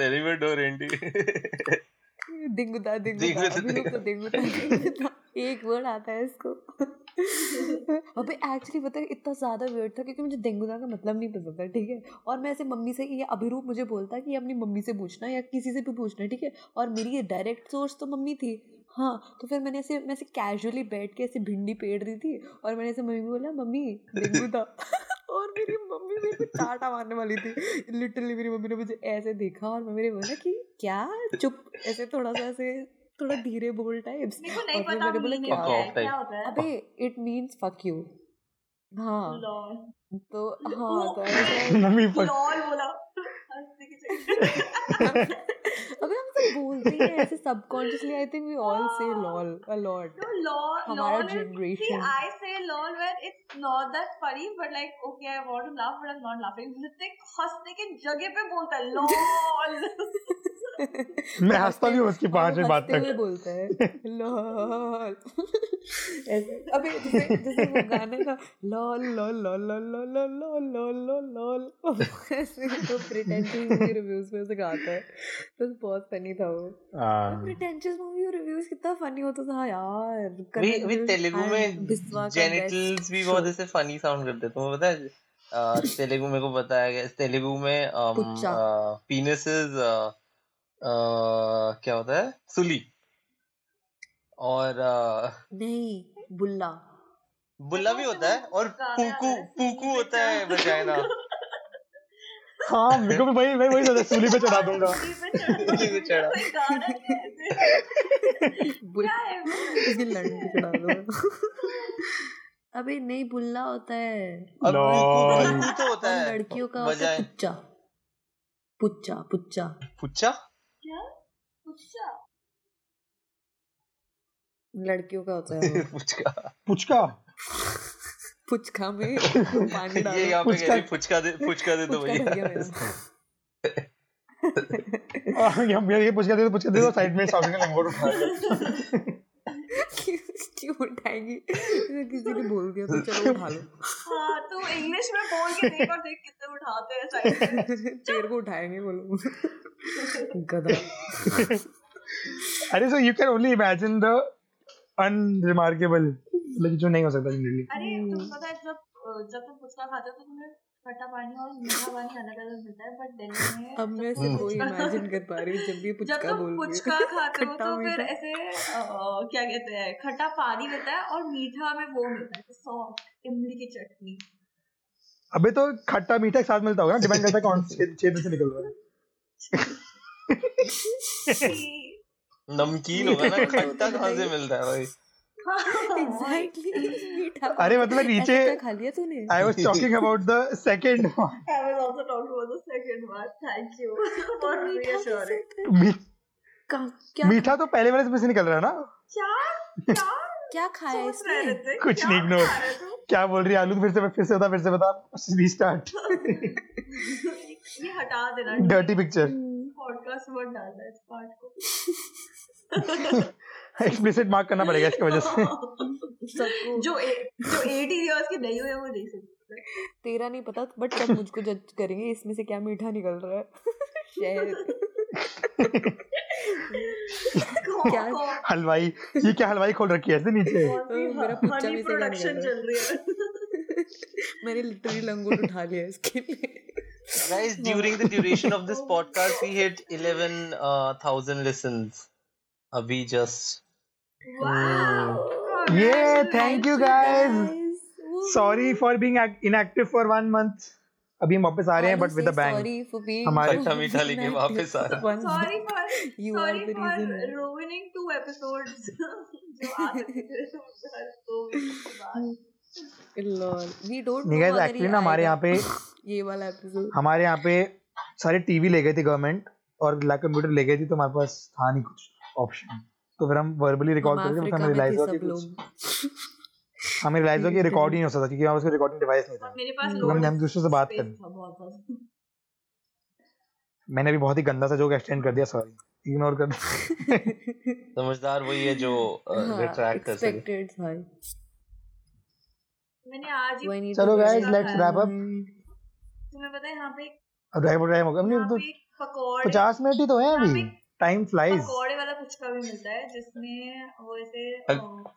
तेलुगु डोर ఏంటి
दिंगुदा दिंगुदा
देखते
अभी लोग तो दिंगुदा दिंगुदा एक वर्ड आता है इसको अबे एक्चुअली पता है इतना ज़्यादा वर्ड था क्योंकि मुझे दिंगुदा का मतलब नहीं पता था ठीक है और मैं ऐसे मम्मी से ये अभिरूप मुझे बोलता कि ये अपनी मम्मी से पूछना या किसी से भी पूछना ठीक है और मेरी ये डायरेक्ट सोर्स तो मम्मी थी हाँ तो फिर मैंने ऐसे मैं ऐसे कैजुअली बैठ के ऐसे भिंडी पेड़ रही थी और मैंने ऐसे मम्मी को बोला मम्मी दिंगुदा और मेरी मम्मी मेरे को चाटा मारने वाली थी लिटरली मेरी मम्मी ने मुझे ऐसे देखा और मम्मी ने बोला कि क्या चुप ऐसे थोड़ा सा ऐसे थोड़ा धीरे बोल टाइप्स
मेरे को नहीं
और फिर मैंने
पता
बोला
मीनिंग
क्या
Fuck
क्या
off टाइप
है क्या होता है
अबे इट मीन्स फक यू हाँ
लॉल
तो हाँ तो I was like
mummy fuck
lol बोला हंसने की जगह
अबे हम सब बोलते ही हैं ऐसे subconsciously I think we all से lol a lot
No, lol,
हमारा
lol तो is. See,
generation
I say lol when it's not that funny, but like, okay, I want to laugh, but I'm not laughing. Hrithik हंसने की जगह पे बोलता है lol.
मैं हंसता
और हंसते
भी हूँ उसकी
और
पांच
वो
मिनट बाद
हंसते हुए बोलता है लॉल ऐसे अबे जैसे जैसे वो गाना है ना lol lol lol lol lol lol lol lol lol lol ऐसे तो वो प्रिटेंशियस मूवी
तक
रिव्यूज में ऐसे गाता है तो बहुत फनी था वो
हाँ।
हाँ।
प्रिटेंशियस मूवी और रिव्यूज कितना फनी होता था यार
वे
करण
वे
जोहर
तेलुगु
एंड
में
बिस्वा का बेस्ट
जेनिटल्स भी
शो
बहुत ऐसे फनी साउंड करते हैं तुम्हें पता है अ, तेलुगु मेरे को बताया गया तेलुगु में अम,
पुच्चा
अ, penises, अ, अ, क्या होता है सुली और अ,
नहीं बुल्ला
मेरे
बुल्ला
को
भी
उसमें
होता है
वो
और
गाना याद
पूकू पूकू होता
है सुली पे
है वजाइना
चढ़ा दूंगा
हाँ मेरे को भी वही मैं वही सोचा सूली पे चढ़ा
हाँ
दूंगा
सुली पे चढ़ा
सुली पे चढ़ा
दूंगा कोई गाना है क्या ऐसे
बुल
क्या है वो
उसकी लड़ने पे चढ़ा दो अबे नहीं बुल्ला होता है
और पूकू
लॉल
और
पूकू तो होता
और
है
लड़कियों का होता
वजाय पुच्चा
है पुच्चा पुच्चा पुच्चा लड़कियों का
क्या पुच्छा
होता है वो
पुचका
पुचका
पुचका में पानी
ये तो
डालो
यहाँ पे कह
पुचका
रही फुचका दे फुचका दे दो
पुचका ढक
भैया
गया मेरा
और हम हाँ, ये पूछ के दे पूछ के दे साइड में साउथ इंडियन लंगोट उठा के
क्यों उठाएगी किसी ने बोल दिया तो चलो उठा लो
हाँ तो इंग्लिश में बोल के देख और देख कितने उठाते हैं साइड
तेरे को उठाएंगे वो लोग गधा
अरे so you can only imagine the unremarkable like मतलब जो नहीं हो सकता जनरली
अरे
हम्म।
तुम पता है जब जब तुम पुचका खाते हो तो तुम्हें खट्टा पानी और मीठा पानी अलग अलग मिलता है बट दिल्ली में
अब मैं
हम्म।
सिर्फ वही इमेजिन कर पा रही हूँ जब भी
जब
पुचका
तुम
बोल रही
पुचका खाते हो
खट्टा
तो फिर
मीठा।
ऐसे अ, क्या कहते हैं खट्टा पानी मिलता है और मीठा में वो मिलता है सॉफ्ट इमली की चटनी
अबे तो खट्टा मीठा एक साथ मिलता होगा ना डिपेंड करता है कौन से क्षेत्र से निकल रहा है
नमकीन होगा ना
वो तो
खट्टा कहाँ से
बताइए।
मिलता है भाई
एग्जैक्टली मीठा
अरे मतलब
ऐसा
नीचे-
क्या खा लिया तूने
I was talking about the second
I will also talk about the second one. Thank you for
तुम मीठा कैसे
reassuring.
कर- का- क्या
मीठा तो पहले वाले से में से निकल रहा है ना
क्या क्या
क्या खाया
सोच रहे
इसने
रहते
कुछ नहीं इग्नोर क्या बोल रही है आलू फिर से फिर से बता फिर से बता रीस्टार्ट
ये हटा देना
dirty picture
hmm,
podcast word डालना इस पार्ट को
एक्सप्लिसिट मार्क करना पड़ेगा इसकी वजह से
सबको
जो ए, जो 80 इयर्स के नहीं हुए वो देख सकते हैं।
तेरा नहीं पता बट सब मुझको जज करेंगे इसमें से क्या मीठा निकल रहा है शायद
कौन-
क्या-
कौन-
हलवाई ये क्या हलवाई खोल रखी है ऐसे नीचे
कौन सी
अ, मेरा
ह-
पुच्चा
honey
भी से क्या
production
निकल रहा है?
चल रही है
मैंने लिटरली लंगोट उठा लिया इसके लिए
Guys, during the duration of this podcast, we hit 11,000 listens. Abhi just.
Wow!
ये
Congratulations.
Thank you guys sorry for being inactive for one month अभी हम वापस आ रहे हैं but with a bang
sorry for being
हमारे-
खट्टा अच्छा मीठा लेके वापस आ रहा।
Sorry for
You are
sorry
the
for
reason.
ruining two episodes. जो आ रहे थे हर दो weeks के बाद।
लॉल वी डोंट
नहीं गाइस एक्चुअली ना हमारे यहाँ पे
ये वाला एपिसोड
हमारे यहाँ पे सारे टीवी ले गई थी गवर्नमेंट और लैप कंप्यूटर ले गई थी तो हमारे पास था नहीं कुछ ऑप्शन तो फिर हम वर्बली रिकॉर्ड
हम
करके मतलब
अफ्रीका
हमें
में
रियलाइज
थे
हुआ कि
सब
कुछ
लोग
हमें रियलाइज हुआ कि रिकॉर्ड ही नहीं हो सकता क्योंकि हमारे उसका रिकॉर्डिंग डिवाइस नहीं
और
था
मेरे पास
तो हमने हम दूसरे से बात
space
करी
था बहुत ज्यादा।
मैंने भी बहुत ही गंदा सा जोक एक्सटेंड कर दिया सॉरी इग्नोर कर
समझदार वही है जो
हाँ,
रिट्रैक्ट कर सके
एक्सपेक्टेड हाँ, था
मैंने आज ही
When you
चलो
do
guys
that,
let's wrap up
तुम्हें पता है यहाँ पे
ड्राइव टाइम हो गया हमने
यहाँ
तो
पे एक पकौड़े
पचास मिनट ही तो है
यहाँ
अभी
पे
टाइम फ्लाइज
पकौड़े वाला पुचका भी मिलता है जिसमें वो ऐसे
अग-
अ,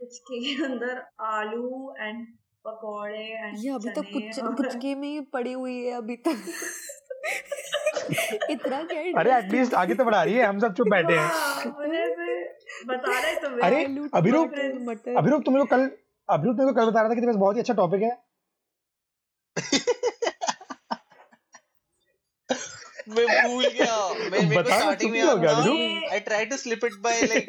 पुचके के अंदर आलू एंड पकौड़े एंड
ये अभी तक
चने
कुछ
और-
पुचके में ही पड़ी हुई है अभी तक इतना क्या
अरे
interest
एटलीस्ट आगे तो बढ़ा रही है हम सब चुप बैठे हैं
हाँ, मुझे ऐसे बता रहे तुम्हें
अरे
आलू,
अभी रुक
टमाटर, मटर
अभी तुम लोग कल अभी तुम लोग कल बता रहा था कि तेरे पास बहुत ही अच्छा टॉपिक है
मैं भूल गया मैं मेरे को
बताओ,
स्टार्टिंग
तुम
में
क्या हो
याद
गया,
था
Abhirup?
I try to slip it bye like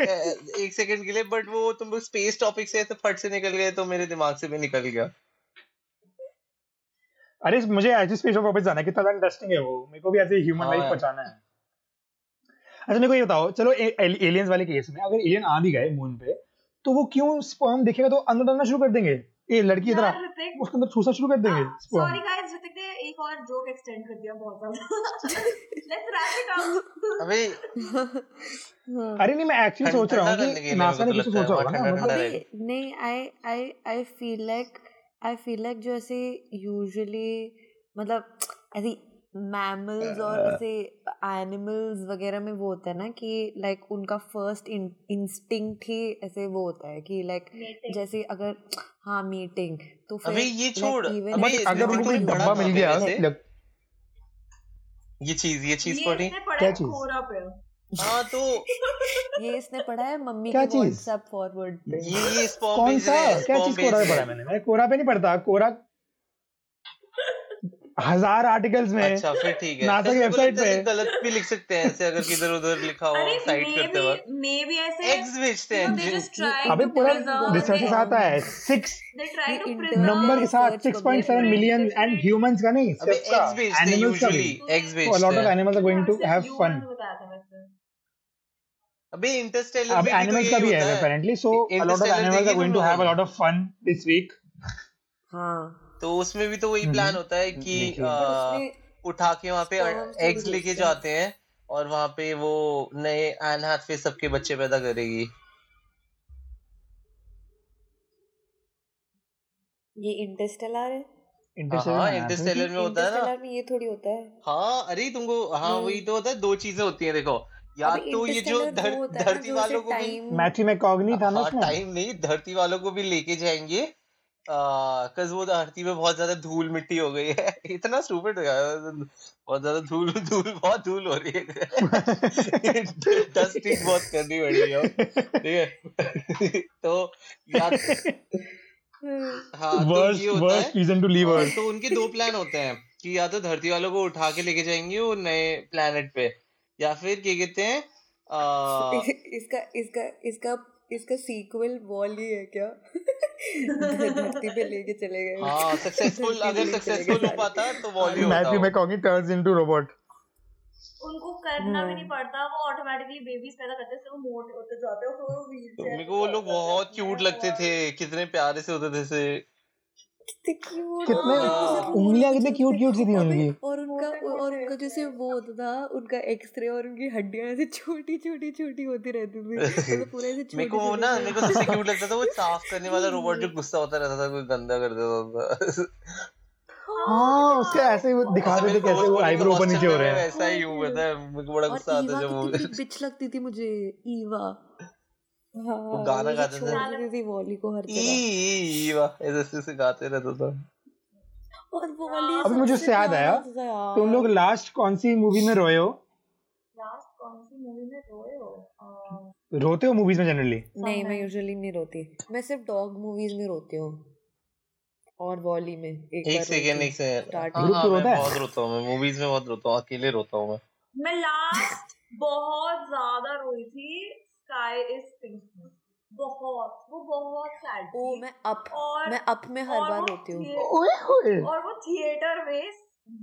एक सेकंड के लिए बट वो तुम लोग स्पेस टॉपिक से ऐसे फट से निकल गए तो मेरे दिमाग से भी निकल गया
अरे मुझे ऐसे स्पेस में वापस जाना है कितना इंटरेस्टिंग है वो मेरे को भी ऐसे ह्यूमन
हाँ
लाइफ
यार।
पहुंचाना है अच्छा मेरे को ये बताओ चलो एलियंस वाले केस में अगर एलियन आ भी गए मून पे तो वो क्यों स्पर्म दिखेगा तो अंदर डालना शुरू कर देंगे ए लड़की इधर आ,
यार, हाँ, ऋतिक,
उसके अंदर छूसा शुरू कर देंगे
सॉरी
sperm।
गाइस ऋतिक ने एक और जोक एक्सटेंड कर दिया बहुत ज्यादा लेट्स रैप इट अप
अबे
हाँ।
अरे नहीं मैं एक्चुअली सोच
ठंडा
रहा हूँ
करने के लिए
कि
मेरे
नासा
को तो
ने कुछ
लगता है,
सोचा
वहाँ
होगा ना
ठंडा ठंडा
मतलब
अबे
रहेगा
नहीं I I I feel like I feel like जो ऐसे यूजुअली मतलब ऐसे मैमल्स और ऐसे एनिमल्स वगैरह में वो होता है ना कि लाइक उनका फर्स्ट इंस्टिंक्ट ही ऐसे वो होता है कि लाइक जैसे अगर हाँ मीटिंग तो फिर
अबे ये छोड़,
even
अबे
बट
if
मेरे
अगर उनको
को
कोई
एक बड़ा
डब्बा मिल
topic
गया तो-
वैसे।
लग-
ये चीज ये चीज
ये
पढ़ी
इसने पढ़ा
क्या
है
चीज?
खोरा पे
हाँ तो
ये इसने पढ़ा है मम्मी
क्या
के
चीज?
व्हाट्सएप फॉरवर्ड पे
ये ये स्पॉम
कौन
भेज
सा
रहे हैं
क्या
स्पॉम
चीज कोरा
भेज रहे
में पढ़ा
हैं
मैंने मैं कोरा पे नहीं पढ़ता कोरा हजार आर्टिकल्स में
अच्छा फिर ठीक है
नासा
फिर मेरे
की
को
वेबसाइट
लगता है कि
पे
गलत भी लिख सकते हैं ऐसे अगर किधर उधर लिखा हो
अरे
साइट
मे
करते
बी
वक्त
मे बी ऐसे
एग्स भेजते
यू
हैं
नो दे
जो
जस्ट ट्राइंग
अबे
टू
पूरा
प्रिजर्व
रिसर्चेस आता है सिक्स
दे ट्राई
ये
टू
इंटरनल
नंबर
प्रिजर्व
के साथ
research
6.7
different-
publish
million and
different-
humans का नहीं
अबे
सबका
एग्स भेजते हैं
एनिमल्स का भी
यूजुअली एग्स
तो लॉट
भेजते
ऑफ
हैं
एनिमल्स आर गोइंग टू
सिर्फ
हैव
यू
फन
वन बताया था वैसे
अबे इंटरस्टेलर
अब
में भी तो
एनिमल्स का
यही
भी है
होता है
apparently so a lot of
interstellar
animals
देखी
आर
तुम
गोइंग
लोगों
टू हैव
ने
a lot of fun this week
हाँ
हम्म,
तो उसमें भी तो वही प्लान होता है कि
देखिए।
अ,
पर हाँ, उसमें
उठा के वहाँ पे
Sperm से
एग्स
भी
लेके
देखते हैं।
जाते हैं और वहाँ पे वो नए एन हाथवे सबके बच्चे पैदा करेगी
ये इंटरस्टेलर है
हाँ,
इंटरस्टेलर
Interstellar में होता है ना
इंटरस्टेलर में ये थोड़ी होता है
हाँ अरे तुमको हाँ
नहीं।
वही तो होता है दो चीजें होती हैं देखो या
अबे
तो ये जो
हम्म। Interstellar
धर,
वो होता है ना
धरती
जो उसे
वालों को भी
टाइम
मैथ्यू मैकॉग्नी था ना
हाँ
उसमें
टाइम नहीं धरती वालों को भी लेके जाएंगे कज वो धरती पे बहुत ज्यादा धूल मिट्टी हो गई है इतना स्टूपिड बहुत ज्यादा धूल धूल बहुत धूल हो रही है डस्टिंग बहुत करनी पड़ रही है अब, ठीक है तो या तो,
हम्म।
हाँ तो ये
वर्स्ट
होता है
वर्स्ट रीजन टू लीव
और
अर्थ
तो उनके दो प्लान होते हैं कि या तो धरती वालों को उठा के लेके जाएंगे वो नए planet पे या फिर क्या कहते हैं आ,
इसका इसका इसका इसका सीक्वल वॉल ही है क्या धरती पे लेके चले गए
हाँ सक्सेसफुल अगर
धरती पे लेके चले गए
सक्सेसफुल हो
सारे।
पाता तो वॉली होता
मैथ्यू
वो।
मैकॉग्नी टर्न्स इनटू रोबोट
उनको करना भी नहीं
Hmm.
पड़ता वो ऑटोमेटिकली बेबीज पैदा करते हैं, सिर्फ वो मोटे होते जाते हैं फिर वो व्हील चेयर
तो मेरे को वो लोग बहुत क्यूट लगते थे कितने प्यारे से होते थे से
कितने क्यूट
कितने उंगलियां कितने क्यूट क्यूट सी थी उनकी
और उनका और उनका जैसे वो होता था उनका एक्सरे और उनकी हड्डियां ऐसे छोटी छोटी छोटी होती रहती थी मतलब पूरे ऐसे छोटे
मेरे को वो ना मेरे को सबसे क्यूट लगता था वो साफ करने वाला रोबोट जो गुस्सा होता रहता था कुछ गंदा कर देता था
हाँ उसके ऐसे ही वो
ऐसे
दिखाते
मेरे
थे
को
कैसे वो
स्कूल के
आईब्रो ऊपर
हॉस्टल
नीचे
में मैं
हो रहे हैं
वैसा ही हूँ पता है मेरे को बड़ा
और
गुस्सा आता जब वो
ईवा कितनी बड़ी bitch लगती थी मुझे ईवा हाँ
वो गाना
वो जो
गाते थे।
छोड़ देती थी वॉली को हर
ई
तरह
ई- ई वाह ऐसे ऐसे- ऐसे गाते रहता था
और वो
हाँ।
वाली
अभी मुझे
सबसे
उससे याद
प्यारा
आया
होता था यार
तुम लोग लास्ट कौन सी मूवी में रोए हो
लास्ट कौन सी मूवी में रोए हो अह,
रोते हो मूवीज में जनरली
नहीं मैं यूजुअली नहीं रोती मैं सिर्फ डॉग मूवीज में रोती हूँ और वॉली में एक
एक
बार रोई
सेकेंड
थी
एक सेकेंड
स्टार्ट
हाँ
ध्रुव
हाँ
तो
मैं
रोता है?
बहुत रोता हूँ मैं मूवीज में बहुत रोता हूँ अकेले रोता हूँ मैं
मैं लास्ट बहुत ज्यादा रोई थी स्काई इज पिंक में बहुत वो बहुत सैड
ओ
थी
मैं अप
और
मैं अप में हर
और
बार
वो
रोती हूँ
थिए-
ओए होए
और वो थिएटर में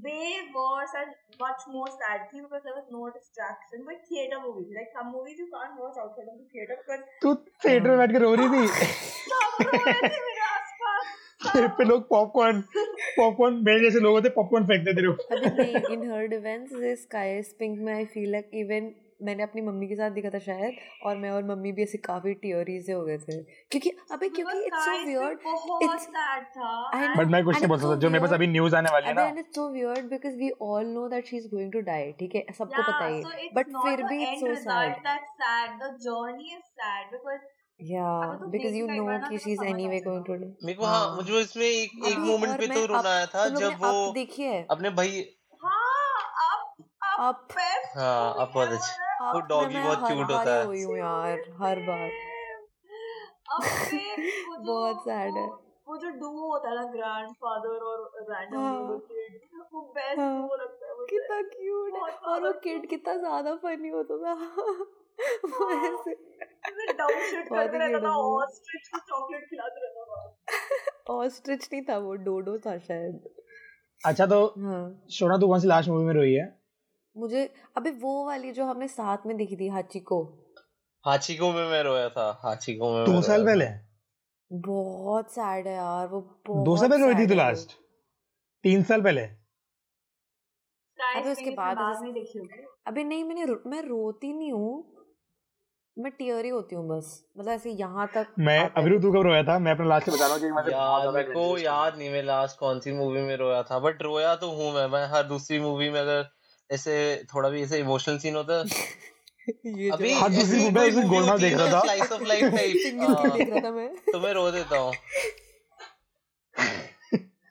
way worse and much more sad थी because there was no distraction but theater movies like some movies you can't watch outside of the theater because
तू थिएटर में बैठ के रो रही थी
सब रो रहे थे मेरे आसपास
फिर पे लोग पॉपकॉर्न पॉपकॉर्न मेरे जैसे लोग होते पॉपकॉर्न फेंकते थे लोग।
अभी नहीं in her defence this sky is pink में आई फील लाइक इवन मैंने अपनी मम्मी के साथ देखा था शायद और मैं और मम्मी भी ऐसे काफी टियोरी से हो गए थे क्योंकि अबे क्योंकि इट्स सो वियर्ड
बहुत
इट्स
sad था
आई
and
बट मैं कुछ
नो
नहीं बोल सकता जो मेरे पास तो अभी न्यूज आने वाली है
अबे
ना
and it's so weird because we all know that she is going to die ठीक है सबको
yeah
पता ही
so
है
it's
बट
not
फिर
the
भी it's
end
so
result
sad
that's sad the journey is sad because
या
अगर तुम
बिकॉज यू
देखी एक
नो
बार ना
कि
तो
शी इज
समझ आ
एनीवे गोइंग
जाएगा
टू
मेरे को हाँ मुझे इसमें एक एक
अभी
मोमेंट
और
पे
मैं
तो रोना
अप
आया था
तुम लोग ने
जब वो
अप देखी है
अपने भाई
हाँ तो up
अप
up best
हाँ
movie
अब बहुत अच्छी वो
अप में
ever है
डॉगी
मैं
बहुत
हर
क्यूट
बार
होता है
रोई हूँ यार हर बार
अब पे वो जो
बहुत सैड है
वो जो डुओ होता है ना ग्रैंडफादर और रैंडम
हाँ।
न्यूडो किड वो बेस्ट
हाँ।
डुओ लगता है मुझे
कितना क्यूट
बहुत
और वो
ज्यादा
किड कितना ज्यादा फनी होता था वो
हाँ।
ऐसे
डाउन शिट
बहुत
करते
ही क्यूट
रहता था
है
और स्ट्रिच को चॉकलेट खिलाते रहता था
ऑस्ट्रिच नहीं था वो डोडो था शायद
अच्छा तो
हाँ
शोना तू कौन सी लास्ट मूवी में रोई है
मुझे अबे वो वाली जो हमने साथ में देखी थी हाचिको
हाचीको में मैं रोया था हाचीको में
दो
मैं
साल
रोया
पहले
था
बहुत सैड है यार वो
दो साल
बहुत
पहले रोई थी तो तू
सैड है वो
लास्ट तीन साल पहले
स्काई
अबे उसके
स्प्रिंग इसने
बाद
बाद
ऐसे-
में देखी होगी
अबे नहीं मैंने रो, मैं रोती नहीं हूँ मैं टियरी होती हूँ बस मतलब ऐसे यहाँ तक
मैं
आता है
अभी तू कब रोया था मैं अपना लास्ट से बता रहा हूँ क्योंकि मैं बहुत
यार
ज्यादा
मेरे को
adventurous हूँ।
याद नहीं मैं लास्ट कौन सी मूवी में रोया था बट रोया तो हूँ मैं मैं हर दूसरी मूवी में अगर ऐसे थोड़ा भी ऐसे इमोशनल सीन होता है
ये
अभी
हर
जवाब है
दूसरी
ऐसी
मूवी में
कोई
उसने
मूवी होती
गोलमाल
है
देख
ना
रहा हाँ।
स्लाइस ऑफ लाइफ
सिंगिल क्या
टाइप
देख रहा था मैं
तो मैं रो देता हूँ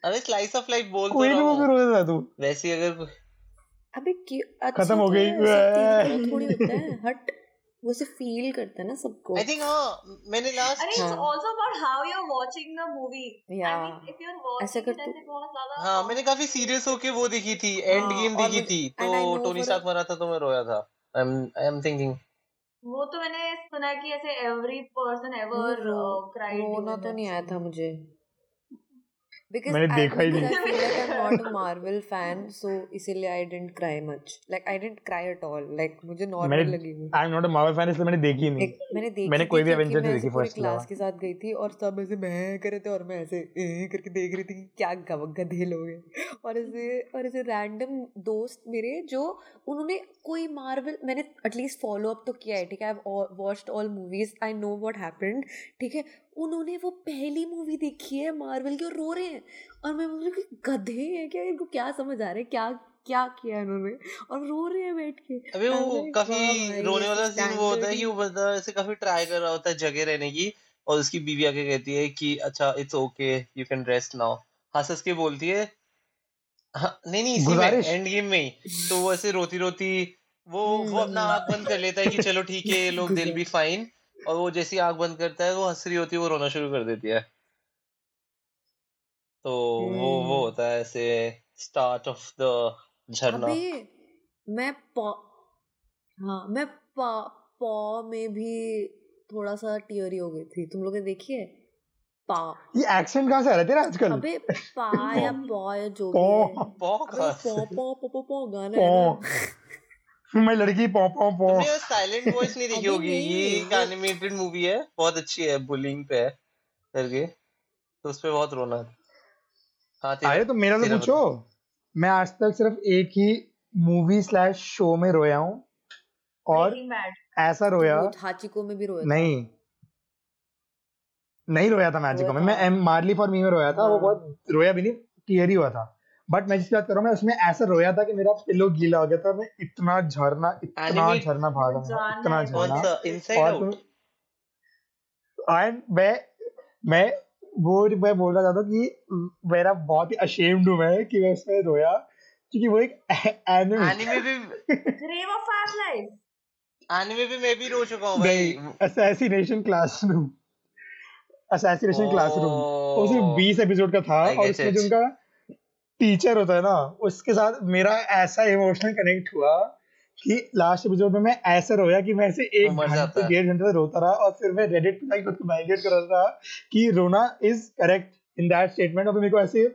अरे स्लाइस ऑफ लाइफ बोल तो
कोई भी
रहा
मूवी
हूँ
रोया था तू
वैसे ही अगर
अबे क्यों
खत्म
अच्छा
हो
तो
गई
है सब तेरी तरह थोड़ी होता है हट वो से फील करता है ना सबको
आई थिंक हाँ मैंने
अरे
लास्ट
इट्स
हाँ
also about how you are watching the movie
या
I mean if you are
ऐसा
वाचिंग
कर तू
इट ऐसे बहुत ज्यादा
हाँ
अह,
मैंने काफी सीरियस होके वो देखी थी एंड
हाँ
गेम
और
देखी
मुझे
थी तो
and I know
Tony
for
Stark मरा था तो मैं रोया था I am I am thinking
वो तो मैंने सुना है कि ऐसे एवरी पर्सन
मुझे
एवर
रो
क्राइड
रोना
ड्यूरिंग
तो
दैट
नहीं आया था
सीन
मुझे because
मैंने
I-
देखा ही
because
नहीं।
I feel like I'm not a Marvel fan, so इसीलिए I didn't cry much. Like I didn't cry at all. Like मुझे normal
मैंने
लगी वो।
I am not a Marvel fan इसलिए मैंने देखी ही नहीं
एक मैंने देखी
हम्म। मैंने
थी
कोई भी
क्योंकि
एवेंजर
मैं
नहीं
ऐसे
देखी
पूरे
फर्स्ट के
क्लास
अलावा
के साथ गई थी और सब ऐसे मैं कर रहे थे और मैं ऐसे "ए" करके देख रही थी कि क्या गव- गधे लोग हैं और ऐसे और ऐसे रैंडम दोस्त मेरे जो उन्होंने कोई मार्वल मैंने एटलीस्ट फॉलो अप तो किया है ठीक है I watched all movies I know what happened ठीक है उन्होंने वो पहली मूवी देखी है मार्वल की और रो रहे हैं और मैं बोल रही हूँ कि गधे हैं क्या इनको क्या समझ आ रहा है क्या क्या किया इन्होंने और रो रहे हैं बैठ के
अबे
आई एम
वो
लाइक वाह
काफी
भाई
रोने
ऐसे
वाला सीन वो होता है
स्टैंडर्ड तो ही
कि वो बंदा ऐसे काफी ट्राई कर रहा होता है जगह रहने की और उसकी बीवी आके कहती है कि अच्छा it's okay you can rest now हंस हंस के बोलती है हाँ, नहीं नहीं इसी में
गुजारिश
एंड गेम में ही तो वो ऐसे रोती रोती वो वो अपना
हम्म
आंख बंद कर लेता है कि चलो ठीक है ये लोग दिल बी
गुजारिश
फाइन और वो जैसे ही आंख बंद करता है वो हंस रही होती है वो रोना शुरू कर देती है तो वो वो
हम्म
होता है ऐसे स्टार्ट ऑफ द झरना
अबे मैं पॉ हाँ मैं पॉ पॉ में भी थोड़ा सा टियरी हो गई थी तुम लोग ने देखी है पा
ये एक्सेंट कहाँ से आ रहा है तेरा आजकल
अबे पा
पौ
या पॉ या जो
पौ
पौ
भी है अबे वो
कहाँ
पॉ
से?
पॉ पॉ पॉ पॉ गाना है ना
पौ मैं लड़की पौ पौ पौ
तुमने वो साइलेंट वॉइस नहीं देखी
अबे
होगी ये
नहीं
एक
वो
एनिमेटेड मूवी है बहुत अच्छी है बुलिंग पे है करके तो उसपे बहुत रोना है हाँ तेरा
अरे तो मेरा से
तेरा
पूछो
बता
मैं आज तक सिर्फ एक ही मूवी स्लैश शो में रोया हूँ और
ब्रेकिंग बैड
ऐसा रोया
भूत हाचिको में भी रोया था
नहीं नहीं रोया था मैजिको
रोया
में
था
मैं एम मार्ली फॉर मी में रोया था वो
हाँ
बहुत रोया भी नहीं टीयर ही हुआ था बट मैं जिसकी बात कर रहा हूँ मैं उसमें ऐसा रोया था कि मेरा पिलो गीला हो गया था मैं इतना झरना इतना
एनिमेट
झरना भागा
मुझे
मेरा इतना
जानना है
कौन
झरना
तुम्हारे
सा इनसाइड
और
आउट
तुम एंड मैं मैं वो मैं बोलना चाहता हूँ कि मेरा बहुत ही अशेम्ड हूँ मैं कि मैं उसमें रोया क्योंकि वो एक एनिमे
एनिमे भी
grave of our life
anime भी मैं भी रो चुका हूँ
नहीं
भाई
असैसिनेशन क्लासरूम असैसिनेशन क्लासरूम वो सिर्फ
ओ
बीस एपिसोड का था
आई
और
गेट
उसमें
इट
जो उनका टीचर होता है ना उसके साथ मेरा ऐसा इमोशनल कनेक्ट हुआ कि लास्ट एपिसोड में मैं ऐसे रोया कि मैं ऐसे
वो
एक
मर
घंटे
जाता है
डेढ़ घंटे तक रोता रहा और फिर मैं रेडिट पे जाके खुद को वैलिडेट कर रहा था कि रोना is correct in that statement और फिर मेरे को ऐसे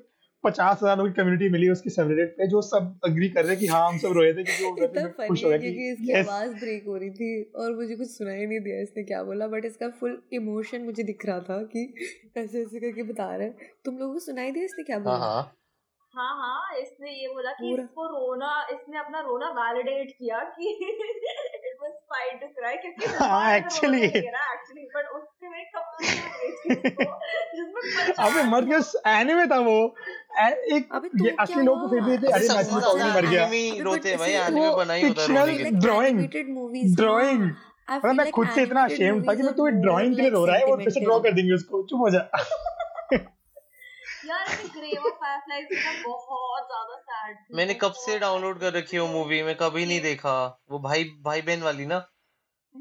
पचास हजार लोग की कम्युनिटी मिली उसकी सबरेडिट पे जो सब अग्री कर रहे हैं कि हाँ हम सब रोए थे क्योंकि वो रोया थे
इतना
मैं खुश
फनी
हो
है
गया कि
क्योंकि इसकी
यस
आवाज ब्रेक हो रही थी और मुझे कुछ सुनाई नहीं दिया इसने क्या बोला बट इसका फुल इमोशन मुझे दिख रहा था कि ऐसे ऐसे करके बता रहा है तुम लोगों को सुनाई दिया इसने क्या
हाँ
बोला
हाँ
हाँ हाँ इसने ये बोला कि
पूरा
इसको रोना इसने अपना रोना वैलिडेट किया कि it was fine to cry क्योंकि
हाँ
रोना मेरा रोना
एक्चुअली
नहीं है ना एक्चुअली बट उसने मैं कंपेयर कर रही थी उसको
अबे
जिसमें पचास
मर गया
लोग
एनिमे था वो ए- एक
अबे
ये
तो क्या
असली लोग को फिर भी
हुआ
थे
अबे
अरे
ऐसे
सबसे
मैथिली
ज्यादा
पागल ही तो मर
बहुत सारे
गया
एनिमे
अबे बट
रोते हैं भाई
वो
ऐसे
एनिमे बना ही होता है रोने
फिक्शनल
आई
के
फील लाइक
लिए
ड्राइंग
एनिमेटेड मूवीज हाँ
ड्राइंग
आई
मतलब
फील
मैं
लाइक
खुद से इतना
एनिमेटेड
ashamed था कि मैं
मूवीज आर
तुम्हें
मोर
ड्राइंग के लिए
लाइक
रो रहा है वो फिर से ड्रॉ
सेंटिमेंटल
कर देंगे उसको चुप हो जा
यार मैं ग्रेव ऑफ फायरफ्लाइज में ना बहुत ज्यादा सैड थी
मैंने कब से
बहुत सैड
डाउनलोड
थी
कर रखी है वो
मुझे
मूवी मैं कभी नहीं
ये
देखा वो भाई भाई बहन वाली ना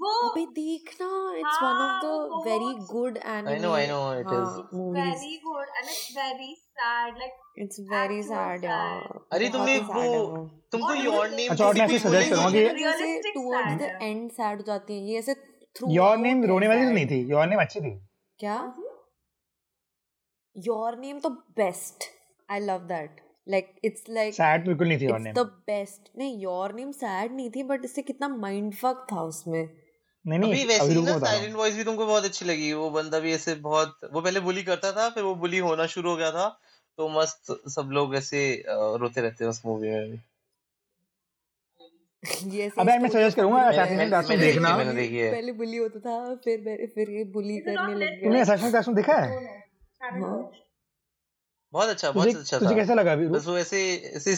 वो
अबे देखना इट्स वन ऑफ
हाँ
द
वो
वेरी
बहुत
good
I
anime
no I know it
हाँ
is
it's
movies
very good and it's very sad, like
it's very
actual
sad
sad.
यार
अरे
बहुत
तुमने
ही
वो
सैड है
Yeah.
वो
तुमको
और
और
योर नेम जैसी कुछ बोलेगी
अच्छा और मैं फिर सजेस्ट करूंगा कि
मतलब इसमें योर नेम मतलब जैसे टुवर्ड्स द
Realistic sad है.
एंड सैड हो जाती है ये ऐसे थ्रू
योर नेम
आउट है
रोने वाली तो नहीं
सैड
थी योर नेम अच्छी थी
क्या
कौन सी?
योर नेम तो best I love that like it's like
sad बिल्कुल नहीं थी your
it's
name
the best नहीं योर नेम सैड नहीं थी बट इससे कितना माइंड फक था उसमें
नहीं नहीं
अभी वैसे
अभी
ही
रुको
ना
बता रहा हूँ
साइलेंट वॉइस भी तुमको बहुत अच्छी लगी वो बंदा भी ऐसे बहुत वो पहले बुली करता था फिर वो बुली होना शुरू हो गया था तो मस्त सब लोग ऐसे अ, रोते रहते हैं उस मूवी में भी
अच्छा,
ये ऐसे
अबै मैं
स्टोरी
सजेस्ट
ऑफ
करूंगा
अ
मैंने
हीरो है
मैंने
असैसिनेशन क्लासरूम
मैंने देखी
देखना
है
पहले
मैंने देखी है
बुली पहले बुली होता था फिर मेरे- फिर ये बुली
Is it
करने
on
लग गया
तुमने
Netflix?
असैसिनेशन क्लासरूम देखा है
No, no, haven't
हाँ
watched.
बहुत अच्छा
तुझे
बहुत अच्छा
तुझे
था
कैसा लगा वीरू
बस वो ऐसे ऐसे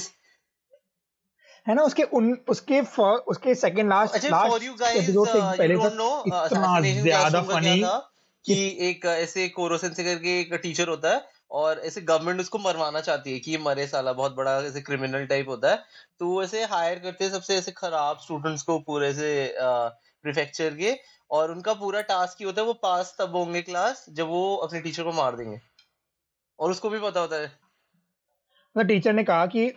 है ना उसके उन उसके फर, उसके सेकंड लास्ट
अच्छा for you
last
guys
episode से
यू
पहले
डोंट
तक
नो
इतना
असैसिनेशन
ज्यादा
क्लासरूम uh, का क्या
फनी
था कि एक अ, ऐसे कोरोसेन से करके एक टीचर होता है और ऐसे गवर्नमेंट उसको मरवाना चाहती है कि ये मरे साला बहुत बड़ा ऐसे क्रिमिनल टाइप होता है तो वो ऐसे हायर करते हैं सबसे ऐसे खराब स्टूडेंट्स को पूरे से प्रिफेक्चर के और उनका पूरा टास्क ही होता है वो पास तब होंगे क्लास जब वो अपने टीचर को मार देंगे और उसको भी पता होता है
मतलब टीचर ने कहा कि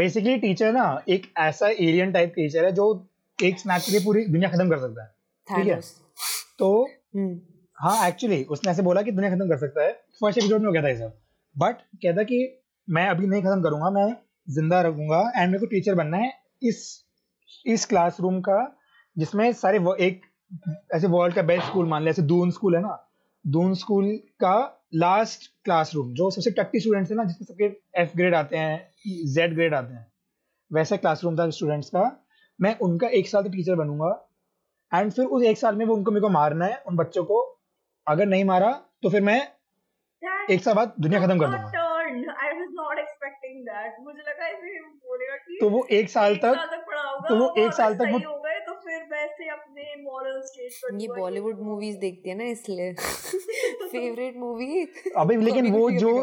बेसिकली टीचर ना एक ऐसा एलियन टाइप टीचर है जो एक स्नैप के लिए पूरी दुनिया खत्म कर सकता है ठीक है
थैनोस
तो
हम्म
हाँ एक्चुअली उसने ऐसे बोला कि दुनिया खत्म कर सकता है फर्स्ट एपिसोड में हो गया था ये सब बट कहता कि मैं अभी नहीं खत्म करूंगा मैं जिंदा रखूंगा एंड मेरे को टीचर बनना है इस इस क्लासरूम का जिसमें सारे वो- एक ऐसे वर्ल्ड का बेस्ट स्कूल मान ले ऐसे दून स्कूल है ना दून स्कूल का लास्ट क्लासरूम जो सबसे टट्टी स्टूडेंट्स है ना जिसमें सबके एफ ग्रेड आते हैं जेड ग्रेड आते हैं वैसा क्लासरूम था स्टूडेंट्स का मैं उनका एक साल तो टीचर बनूंगा एंड फिर उस एक साल में वो उनको मेरे को मारना है उन बच्चों को अगर नहीं मारा तो फिर मैं
That
एक साल बाद दुनिया खत्म कर
got
दूंगा
turned. I was not expecting that. मुझे लगा ऐसे ही बोलेगा कि
तो वो एक साल
एक
तक
साल तक पढ़ा होगा
तो वो
अब
एक साल
अगर
तक
सही
वो-
हो गए तो फिर वैसे अपने moral state पर तो
ये
हुआ, ये
बॉलीवुड
वो।
मूवीज देखती है ना इसलिए फेवरेट मूवी
अभी लेकिन वो जो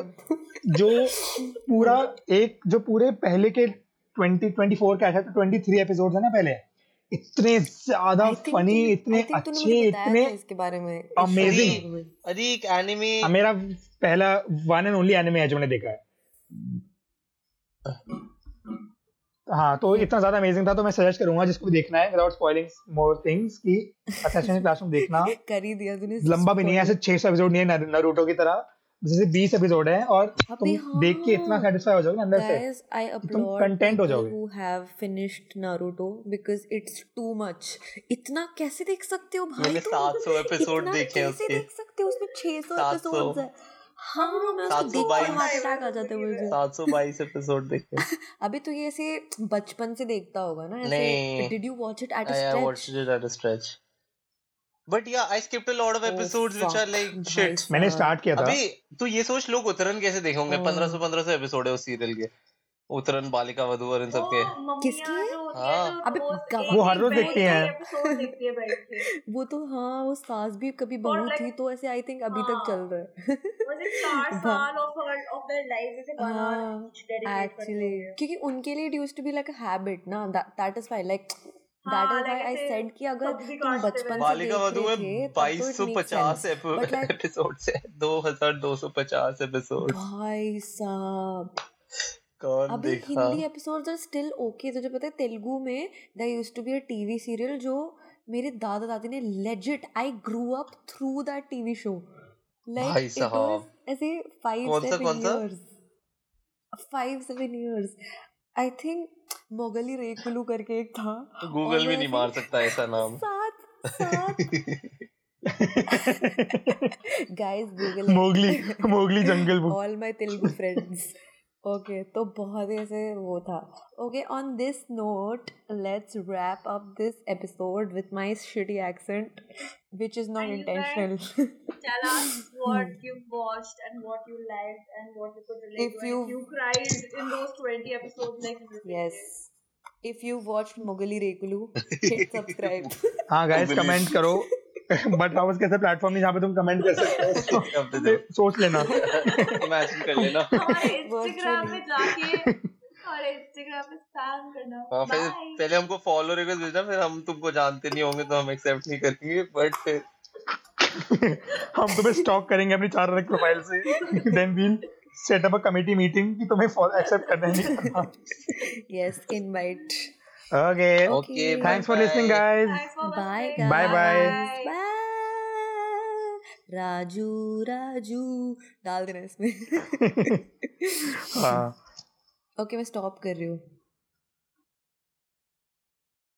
जो पूरा एक जो पूरे पहले के 20 24 का था 23 एपिसोड है ना पहले इतने ज्यादा
आई थिंक
फनी इतने
आई थिंक तूने
अच्छे
मुझे बताया
इतने
था इसके बारे में इस show के
amazing.
बारे में।
अरे एक एनिमे
हाँ, मेरा पहला वन एंड ओनली एनिमे है जो मैंने देखा है हाँ तो इतना ज्यादा अमेजिंग था तो मैं सजेस्ट करूंगा जिसको भी देखना है विदाउट स्पॉइलिंग मोर थिंग्स कि असैसिनेशन क्लासरूम देखना
कर ही दिया तूने
लंबा भी नहीं है ऐसे छह सौ एपिसोड नहीं है नर- नरूटो की तरह जैसे बीस एपिसोड है और
अबे
तुम देख के इतना
हाँ।
सेटिस्फाई हो जाओगे ना अंदर से
guys i
तुम
applaud
कंटेंट हो
people
जाओगे
who have finished naruto because it's too much इतना कैसे देख सकते हो भाई
मैंने
तुम तो
700 एपिसोड
इतना
देखे हैं
कैसे
उसके
देख सकते हो उसमें 600
700
एपिसोड्स है हाँ मैं उसको
722
देख के हार्ट अटैक आ जाता है मुझे
722 एपिसोड देखे
अबे तो ये ऐसे बचपन से देखता होगा ना ऐसे
नहीं
did you watch it at
I
a
I
stretch
watched it at a stretch. But yeah, I skipped a lot of
O
episodes which are
fuck
like
भाई
shit.
मैंने
साहब
स्टार्ट किया था
अबे तू ये सोच लोग उतरन कैसे देखे होंगे
ओ,
1500 1500 एपिसोड है उस सीरियल के उतरन बालिका वधू और इन सब
वो
के
Oh,
मम्मियाँ
किसकी?
जो होती है
हाँ।
जो
अबे
रोज
गवा
वो हर रोज
एक एक बैठ
देखती
के
हैं
एपिसोड देखती है बैठ के
वो तो हाँ वो सास भी कभी
और
बहू
like,
थी तो ऐसे आई थिंक अभी तक
हाँ,
चल रहा हाँ,
वो जो चार
है भा-
साल of her of their lives ऐसे one hour
हाँ
each dedicate करते
एक्चुअली
होंगे
क्योंकि उनके लिए ड्यूज to be like a habit ना that is why like that
हाँ
इज
लाइक
वाई आई
ऐसे तो-
सेड कि अगर
सब्जी
तुम
काटते
बचपन से
बालिका
देख
वधू
रहे
में
थे तब तो
2250
it make sense but like
episode से 2250 एपिसोड
भाई साहब
कौन
अभी
देखा
Hindi episodes are still okay तुझे पता है तेलुगु में the use to be a TV serial जो मेरे दादा दादी ने legit I grew up through that TV show like
भाई
इट वाज
साहब
ऐसे फाइव
कौन सा
सेवन
कौन सा
years five seven years I think Mowgli Rekulu करके एक था और
गूगल
वो
भी नहीं
ऐसे
मार सकता ऐसा नाम
सात सात guys Google
Mowgli Mowgli jungle book
all my Telugu friends okay तो बहुत ही ऐसे वो था okay on this note let's wrap up this episode with my shitty accent which is not
and you guys
intentional
tell us what you've watched and what you liked and what you could relate
if
to and
you
if you cried in those 20 episodes like you did.
Yes if you watched Mowgli Rekulu hit subscribe
हाँ guys
गूगली
comment करो but how's कैसा platform है जहाँ पे तुम comment कर सकते हो
अब तो
तो
देखो।
सोच लेना
इमेजिन कर लेना
हमारे इंस्टाग्राम पे
वर्चुअली
जाके हमारे इंस्टाग्राम पे स्पैम करना
हाँ फिर
बाय
पहले हमको फॉलो रिक्वेस्ट भेजना फिर हम तुमको जानते नहीं होंगे तो हम एक्सेप्ट नहीं करेंगे बट फिर
हम तुम्हें स्टॉक करेंगे अपनी चार अलग प्रोफाइल से then we'll set up a committee meeting कि तुम्हें एक्सेप्ट करना है नहीं करना
yes invite
okay
okay
okay
bye
thanks for listening
bye
guys
thanks for
Oh, Bye
listening
bye bye
guys.
bye
Bye. Raju Raju डाल देना इसमें
हाँ
ओके मैं स्टॉप कर रही हूँ